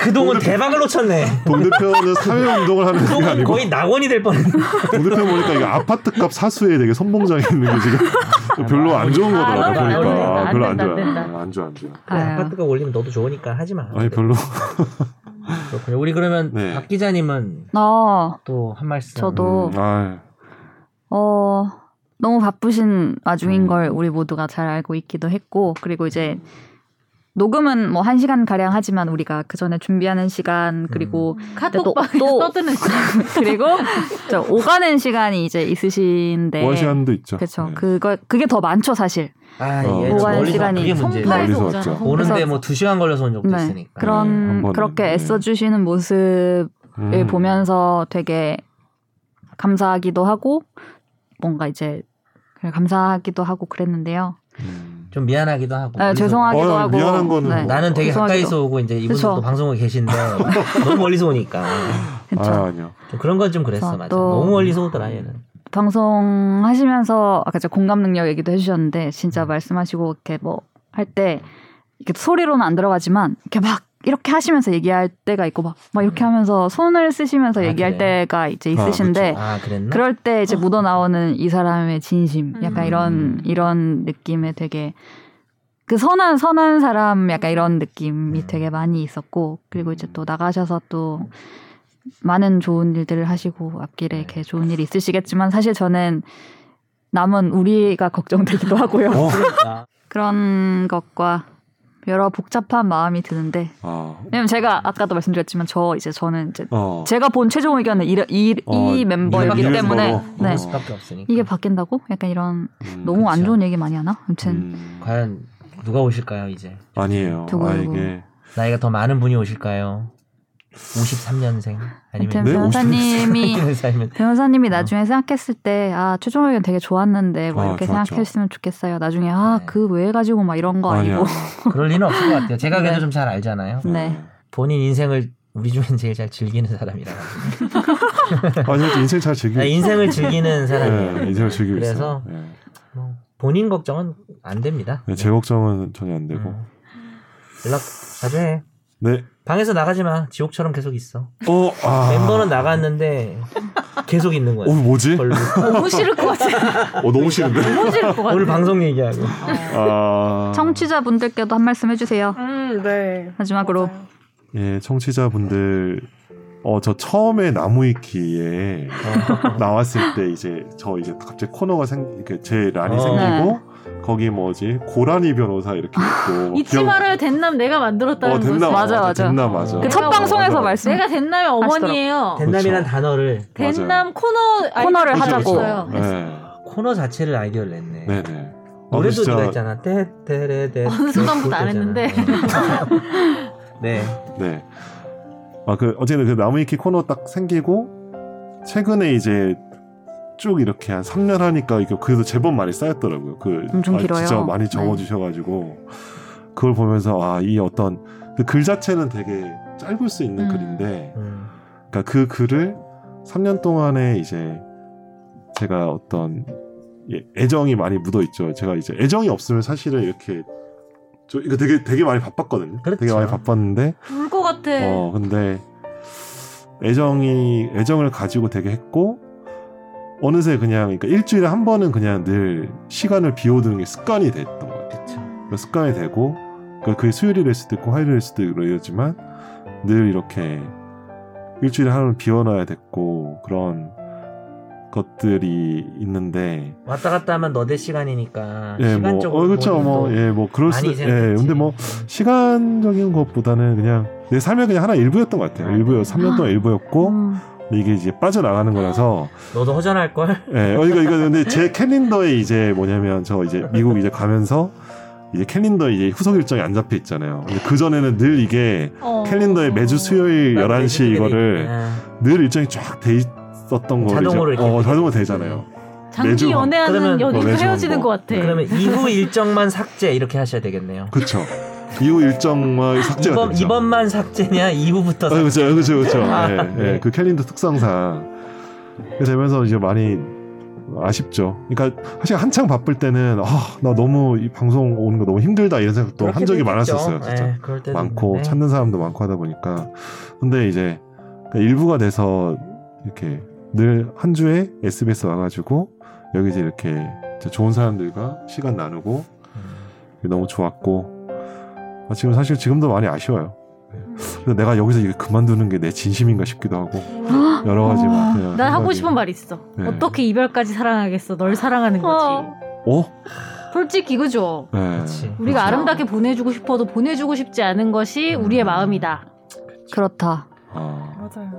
그동안 대박을 놓쳤네
동대표는 사회 운동을 하는 게
그동안
아니고
거의 낙원이 될 뻔했네
동대표 보니까 이게 아파트값 사수에 되게 선봉장에 있는 게 지금 별로 안 좋은
아,
거더라고 요
안 된다,
보니까
안
아, 별로 안
된다,
좋아요.
안 된다.
아, 안 좋아, 안 좋아.
아유.
아파트가 올리면 너도 좋으니까 하지 마
아니 별로.
그렇군요 우리 그러면
네.
박 기자님은
어,
또 한 말씀
저도
음, 아유,
어, 너무 바쁘신 와중인
음.
걸 우리 모두가 잘 알고 있기도 했고, 그리고 이제 녹음은 뭐 한 시간 가량 하지만 우리가 그 전에 준비하는 시간 그리고
음.
카톡방에
또-
떠드는 거
그리고 저 오가는 시간이 이제 있으신데.
원 시간도 뭐 있죠.
네. 그렇죠.
네.
그거 그게 더 많죠 사실.
아
어.
이게 좀
보관
멀리서
시간이
그게 문제예요
멀리서
송파에서
왔죠.
오잖아 송파.
오는데
그래서-
뭐 두 시간 걸려서 온 적도
네.
있으니까
네, 한
그런
번은, 네.
그렇게 애써 주시는 모습을
음.
예, 보면서 되게 감사하기도 하고 뭔가 이제 그래, 감사하기도 하고 그랬는데요.
음.
좀 미안하기도 하고
네,
멀리서
죄송하기도
어,
하고.
미안한 거는
네.
뭐.
나는 되게
죄송하기도.
가까이서 오고 이제 이분도
그쵸.
방송을 계신데 너무 멀리서 오니까
그쵸.
아 아니요.
좀 그런 건 좀 그랬어
저
맞아
또-
너무 멀리서 오더라 얘는
방송 하시면서 아까 제가 공감 능력 얘기도 해주셨는데 진짜 말씀하시고 이렇게 뭐 할 때 이렇게 소리로는 안 들어가지만 이렇게 막 이렇게 하시면서 얘기할 때가 있고 막, 막 이렇게 하면서 손을 쓰시면서
아,
얘기할
그래요?
때가 이제
그쵸.
있으신데
아 그랬나
네. 그럴 때 이제 음? 묻어 나오는 이 사람의 진심 약간
음.
이런 이런 느낌의 되게 그 선한 선한 사람 약간 이런 느낌이
음.
되게 많이 있었고 그리고 이제 또 나가셔서 또 많은 좋은 일들을 하시고 앞길에 이렇게 좋은 일이 있으시겠지만 사실 저는 어?
어?
남은 우리가 걱정되기도 하고요
그러니까
그런 것과 여러 복잡한 마음이 드는데
아,
왜냐면 제가 아까도 말씀드렸지만 저 이제 저는 이제
어.
제가 본 최종 의견은 이, 이,
어,
이 멤버이기
이 멤버로.
때문에 네.
그 수밖에 없으니까.
이게 바뀐다고? 약간 이런
그렇죠. 음,
너무 안
그렇죠.
좋은 얘기 많이 하나? 아무튼
음,
과연 누가 오실까요 이제?
아니에요.
두고
아
두고.
이게
나이가 더 많은 분이 오실까요?
아무튼
53년생 아니면
네,
변호사님이
아니면
변호사님이 나중에 생각했을 때 아 최종 의견 되게 좋았는데 뭐
어. 아,
이렇게
좋았죠.
생각했으면 좋겠어요. 나중에 아
네.
그 외에 가지고 막 이런 거 어, 아니고
그럴 리는 없을 것 같아요. 제가 그래도
네.
좀 잘 알잖아요.
네.
본인 인생을 우리 중엔 제일 잘 즐기는 사람이라.
아니 인생 잘 즐기고
아, 인생을 즐기는 사람이에요.
네, 인생을 즐기고
그래서
있어요. 네.
뭐 본인 걱정은 안 됩니다.
네, 제 걱정은 전혀 안 되고.
음. 연락 나중에 해.
네.
방에서 나가지 마. 지옥처럼 계속 있어.
어, 아.
멤버는 나갔는데 계속 있는 거야.
어, 뭐지?
별로.
너무 싫을 것 같아.
어, 너무 싫은데.
너무 싫을 것 같아.
오늘 방송 얘기하고.
아.
청취자분들께도 한 말씀 해주세요.
음, 네.
마지막으로
맞아요.
예, 청취자분들 어, 저 처음에 나무위키에 아. 나왔을 때 이제 저 이제 갑자기 코너가 생, 이렇게 제 란이
어.
생기고
네.
거기 뭐지 고라니 변호사 이렇게 있고
잊지 말아요. 된남 내가 만들었다는
뭐 어, 됐나
거지.
맞아, 맞아.
됐나 맞아.
그 첫
내가
방송에서
맞아.
말씀
내가 된남의 어머니예요.
된남이란
그렇죠.
단어를
맞아요.
된남 코너 아이디어
코너를
그렇죠,
하자고.
주셨어요.
네,
코너 자체를 아이디어를 냈네.
네, 네. 어,
노래도
진짜-
누가 있잖아. 떼떼레떼.
어느 순간부터 안 했는데.
네.
네. 아, 그, 어쨌든 그 나무위키 코너 딱 생기고, 최근에 이제 쭉 이렇게 한 3년 하니까, 이게 그래도 제법 많이 쌓였더라고요. 그,
엄청
아,
길어요.
진짜 많이
네.
적어주셔가지고, 그걸 보면서, 아, 이 어떤, 그 글 자체는 되게 짧을 수 있는
음.
글인데,
음.
그러니까 그 글을 3년 동안에 이제 제가 어떤 예, 애정이 많이 묻어 있죠. 제가 이제 애정이 없으면 사실은 이렇게 저 이거 되게 되게 많이 바빴거든요. 되게
그렇죠.
많이 바빴는데
울 것 같아.
네.
어 근데 애정이 애정을 가지고 되게 했고 어느새 그냥 그러니까 일주일에 한 번은 그냥 늘 시간을 비워두는 게 습관이 됐던 것 같아요. 그러니까 습관이 되고 그러니까 그게 수요일일 수도 있고 화요일일 수도 있고 이러지만 늘 이렇게 일주일에 하루는 비워놔야 됐고 그런 것들이 있는데
왔다 갔다 하면 너대 시간이니까
예뭐
시간적으로
어, 그렇죠 뭐
모든
예 뭐 그럴
많이 음.
수예
생각했지.
근데 뭐 시간적인 것보다는 그냥 내 삶의 그냥 하나 일부였던 것 같아요 일부요 3년 동안 일부였고
음,
근데 이게 이제 빠져나가는 거라서
너도 허전할 걸.
예, 어, 이거 이거 근데 제 캘린더에 이제 뭐냐면 저 이제 미국 이제 가면서 이제 캘린더에 이제 후속 일정이 안 잡혀 있잖아요. 근데 그 전에는 늘 이게
어.
캘린더에 매주 수요일 그 11시 이거를
아,
늘 일정이 쫙 돼 있었던 거를
자동으로
이제,
이렇게
어, 자동으로 되잖아요.
장기
매주
그러면
연애하는 연인도
어, 매주
헤어지는
뭐.
것 같아.
그러면 이후 일정만 삭제 이렇게 하셔야 되겠네요.
그렇죠. 이후 일정만 삭제가
이번
됐죠.
이번만 삭제냐 이후부터 삭제.
그렇죠, 그렇죠, 그렇죠.
아,
예,
네.
예, 그 캘린더 특성상 그 되면서 이제 많이 아쉽죠. 그러니까 사실 한창 바쁠 때는 아, 나 너무 이 방송 오는 거 너무 힘들다 이런 생각도 한 적이
그렇게도
많았었어요.
있겠죠.
진짜
예, 그럴 때도
많고
있는데.
찾는 사람도 많고 하다 보니까 근데 이제 그 일부가 돼서 이렇게 늘 한 주에 SBS 와가지고 여기 이제 이렇게 이제 좋은 사람들과 시간 나누고
음.
너무 좋았고 아, 지금 사실 지금도 많이 아쉬워요. 그래서 내가 여기서 이거 그만두는 게 내 진심인가 싶기도 하고
아.
여러 가지 막 그냥
아, 난 하고
생각이-
싶은 말 있어.
네.
어떻게 이별까지 사랑하겠어? 널 사랑하는 거지.
아.
어.
어?
솔직히 그죠.
네.
그렇지.
그렇죠.
우리가 아름답게 보내주고 싶어도 보내주고 싶지 않은 것이 우리의 마음이다.
그렇다.
아,
맞아요.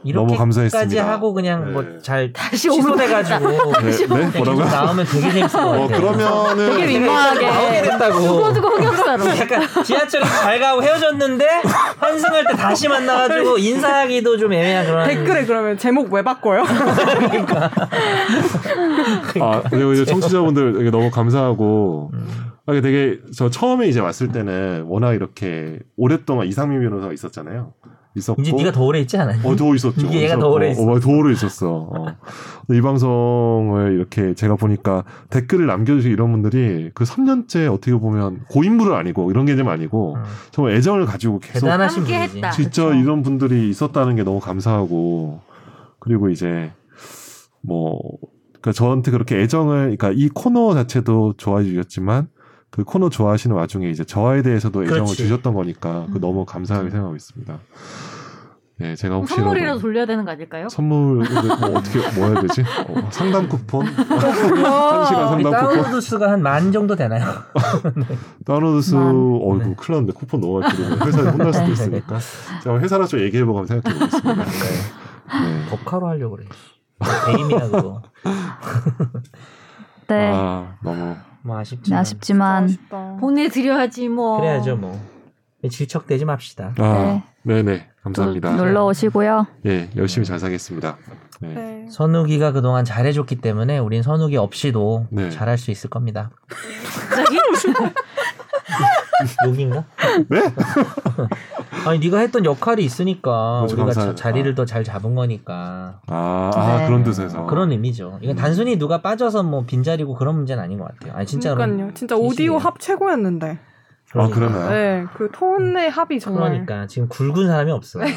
너무
이렇게까지
감사했습니다.
하고 그냥
네.
뭐 잘
다시 오면
취소돼가지고
네, 네?
계속
뭐라고요?
나오면 되게 재밌을 것 같아요.
어
되게
그러면은
나오게
네.
민망하게
됐다고.
두고두고 흑역사로.
약간 지하철에 잘 가고 헤어졌는데 환승할 때 다시 만나가지고 인사하기도 좀 애매한 그런
댓글에 그러면 제목 왜 바꿔요?
아 그리고 이제 청취자분들 되게 너무 감사하고
음.
아, 이게 되게 저 처음에 이제 왔을 때는 워낙 이렇게 오랫동안 이상민 변호사가 있었잖아요. 있었고
이제 네가 더 오래 있지 않아요?
어, 더 있었죠.
이게 얘가 더
있었고.
오래 있어.
어, 더 오래 있었어. 어. 근데 이 방송을 이렇게 제가 보니까 댓글을 남겨주시고 이런 분들이 그 3년째 어떻게 보면 고인물은 아니고 이런 개념 아니고
음.
정말 애정을 가지고 계속
대단하신
함께
분이지.
했다.
진짜
그쵸.
이런 분들이 있었다는 게 너무 감사하고 그리고 이제 뭐 그러니까 저한테 그렇게 애정을 그러니까 이 코너 자체도 좋아해 주셨지만 그 코너 좋아하시는 와중에 이제 저에 대해서도 애정을
그렇지.
주셨던 거니까 그
음.
너무 감사하게 생각하고 있습니다. 예, 제가 혹시
선물이라도 돌려야 되는 거 아닐까요?
선물 뭐 어떻게 뭐 해야 되지? 어, 상담 쿠폰, 한 시간 상담
아,
쿠폰,
다운로드 수가 한 만 정도 되나요?
다운로드 수,
만.
어이구 큰일 났네 네. 쿠폰 너무 많이 드리면 회사에 혼날 수도 있으니까 제가 회사랑 좀 얘기해보고 한번 생각해보겠습니다. 네.
법카로 하려고 그래. 배임이야 그거.
네.
아 너무
뭐
네,
아쉽지만.
아쉽지만
아쉽다.
보내드려야지 뭐.
그래야죠 뭐. 질척대지 맙시다.
아 네. 네 감사합니다.
또 놀러 오시고요.
예 열심히 잘 사겠습니다. 네.
네.
선욱이가 그동안 잘해줬기 때문에 우린 선욱이 없이도
네.
잘할 수 있을 겁니다. 욕인가?
네?
아니 네가 했던 역할이 있으니까
아주
우리가
감사해요.
자- 자리를
아.
더 잘 잡은 거니까
아, 아
네.
그런 뜻에서
그런 의미죠. 이건
음.
단순히 누가 빠져서 뭐 빈자리고 그런 문제는 아닌 것 같아요. 아니 진짜로.
그러니까요. 진짜 오디오
진심이에요.
합 최고였는데.
아 그러나요?
네, 그 톤의 합이 정말.
그러니까 지금 굵은 사람이 없어요. 예.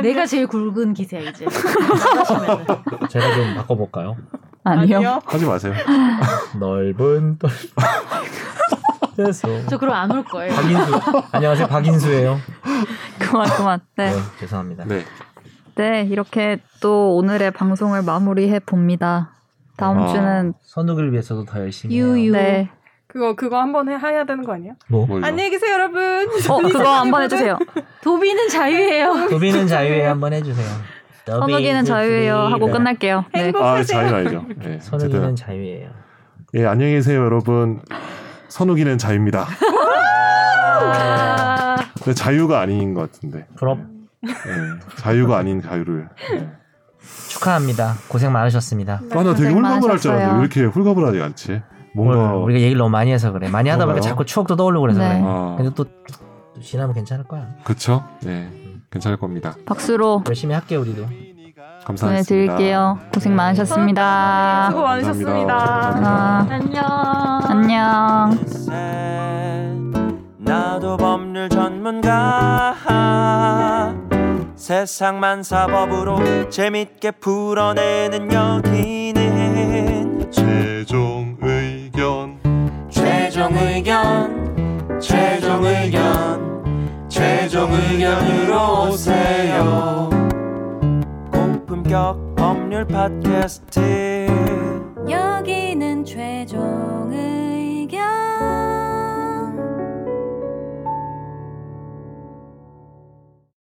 내가 제일 굵은 기세야 이제. 나가시면은.
제가 좀 바꿔볼까요?
아니요.
하지 마세요.
넓은 떨. 그래서
저 그럼 안 올 거예요.
박인수 안녕하세요 박인수예요.
그만 그만.
네,
네.
죄송합니다.
네
네, 이렇게 또 오늘의 방송을 마무리해 봅니다. 다음
아.
주는
선욱을 위해서도 더 열심히. 해요.
유유.
네.
그거 그거 한번 해, 해야 되는 거 아니야?
뭐?
뭘요?
안녕히 계세요, 여러분.
어, 그거 한번 해 주세요.
도비는 자유예요.
도비는 자유예 한번 해주세요.
선우기는 자유예요 하고 끝날게요. 네.
아
행복하세요.
자유 아니죠. 네,
선우기는
어쨌든
자유예요.
예 안녕히 계세요 여러분. 선우기는 자유입니다.
아,
근데 자유가 아닌 것 같은데.
부럽
예, 자유가 아닌 자유를.
네,
예.
축하합니다. 고생 많으셨습니다.
아, 나 되게
고생
홀가분할 줄 알았는데
많으셨어요.
왜 이렇게 홀가분하지 지 않지? 뭔가
오늘 어, 우리가 얘기를 너무 많이 해서 그래. 많이 하다 보니까
그런가요?
자꾸 추억도 떠오르고 그래서
네.
그래.
아.
근데 또, 또 지나면 괜찮을 거야.
그쵸? 예 괜찮을 겁니다.
박수로
열심히 할게 우리도.
감사합니다.
보내드릴게요. 고생 많으셨습니다.
수고 많으셨습니다.
아,
안녕.
안녕.
나도 법률 전문가 세상만 사법으로 재밌게 풀어내는 여기는
최종 의견.
최종 의견 최종 의견 최종 의견으로 오세요 고품격 법률 팟캐스트
여기는 최종 의견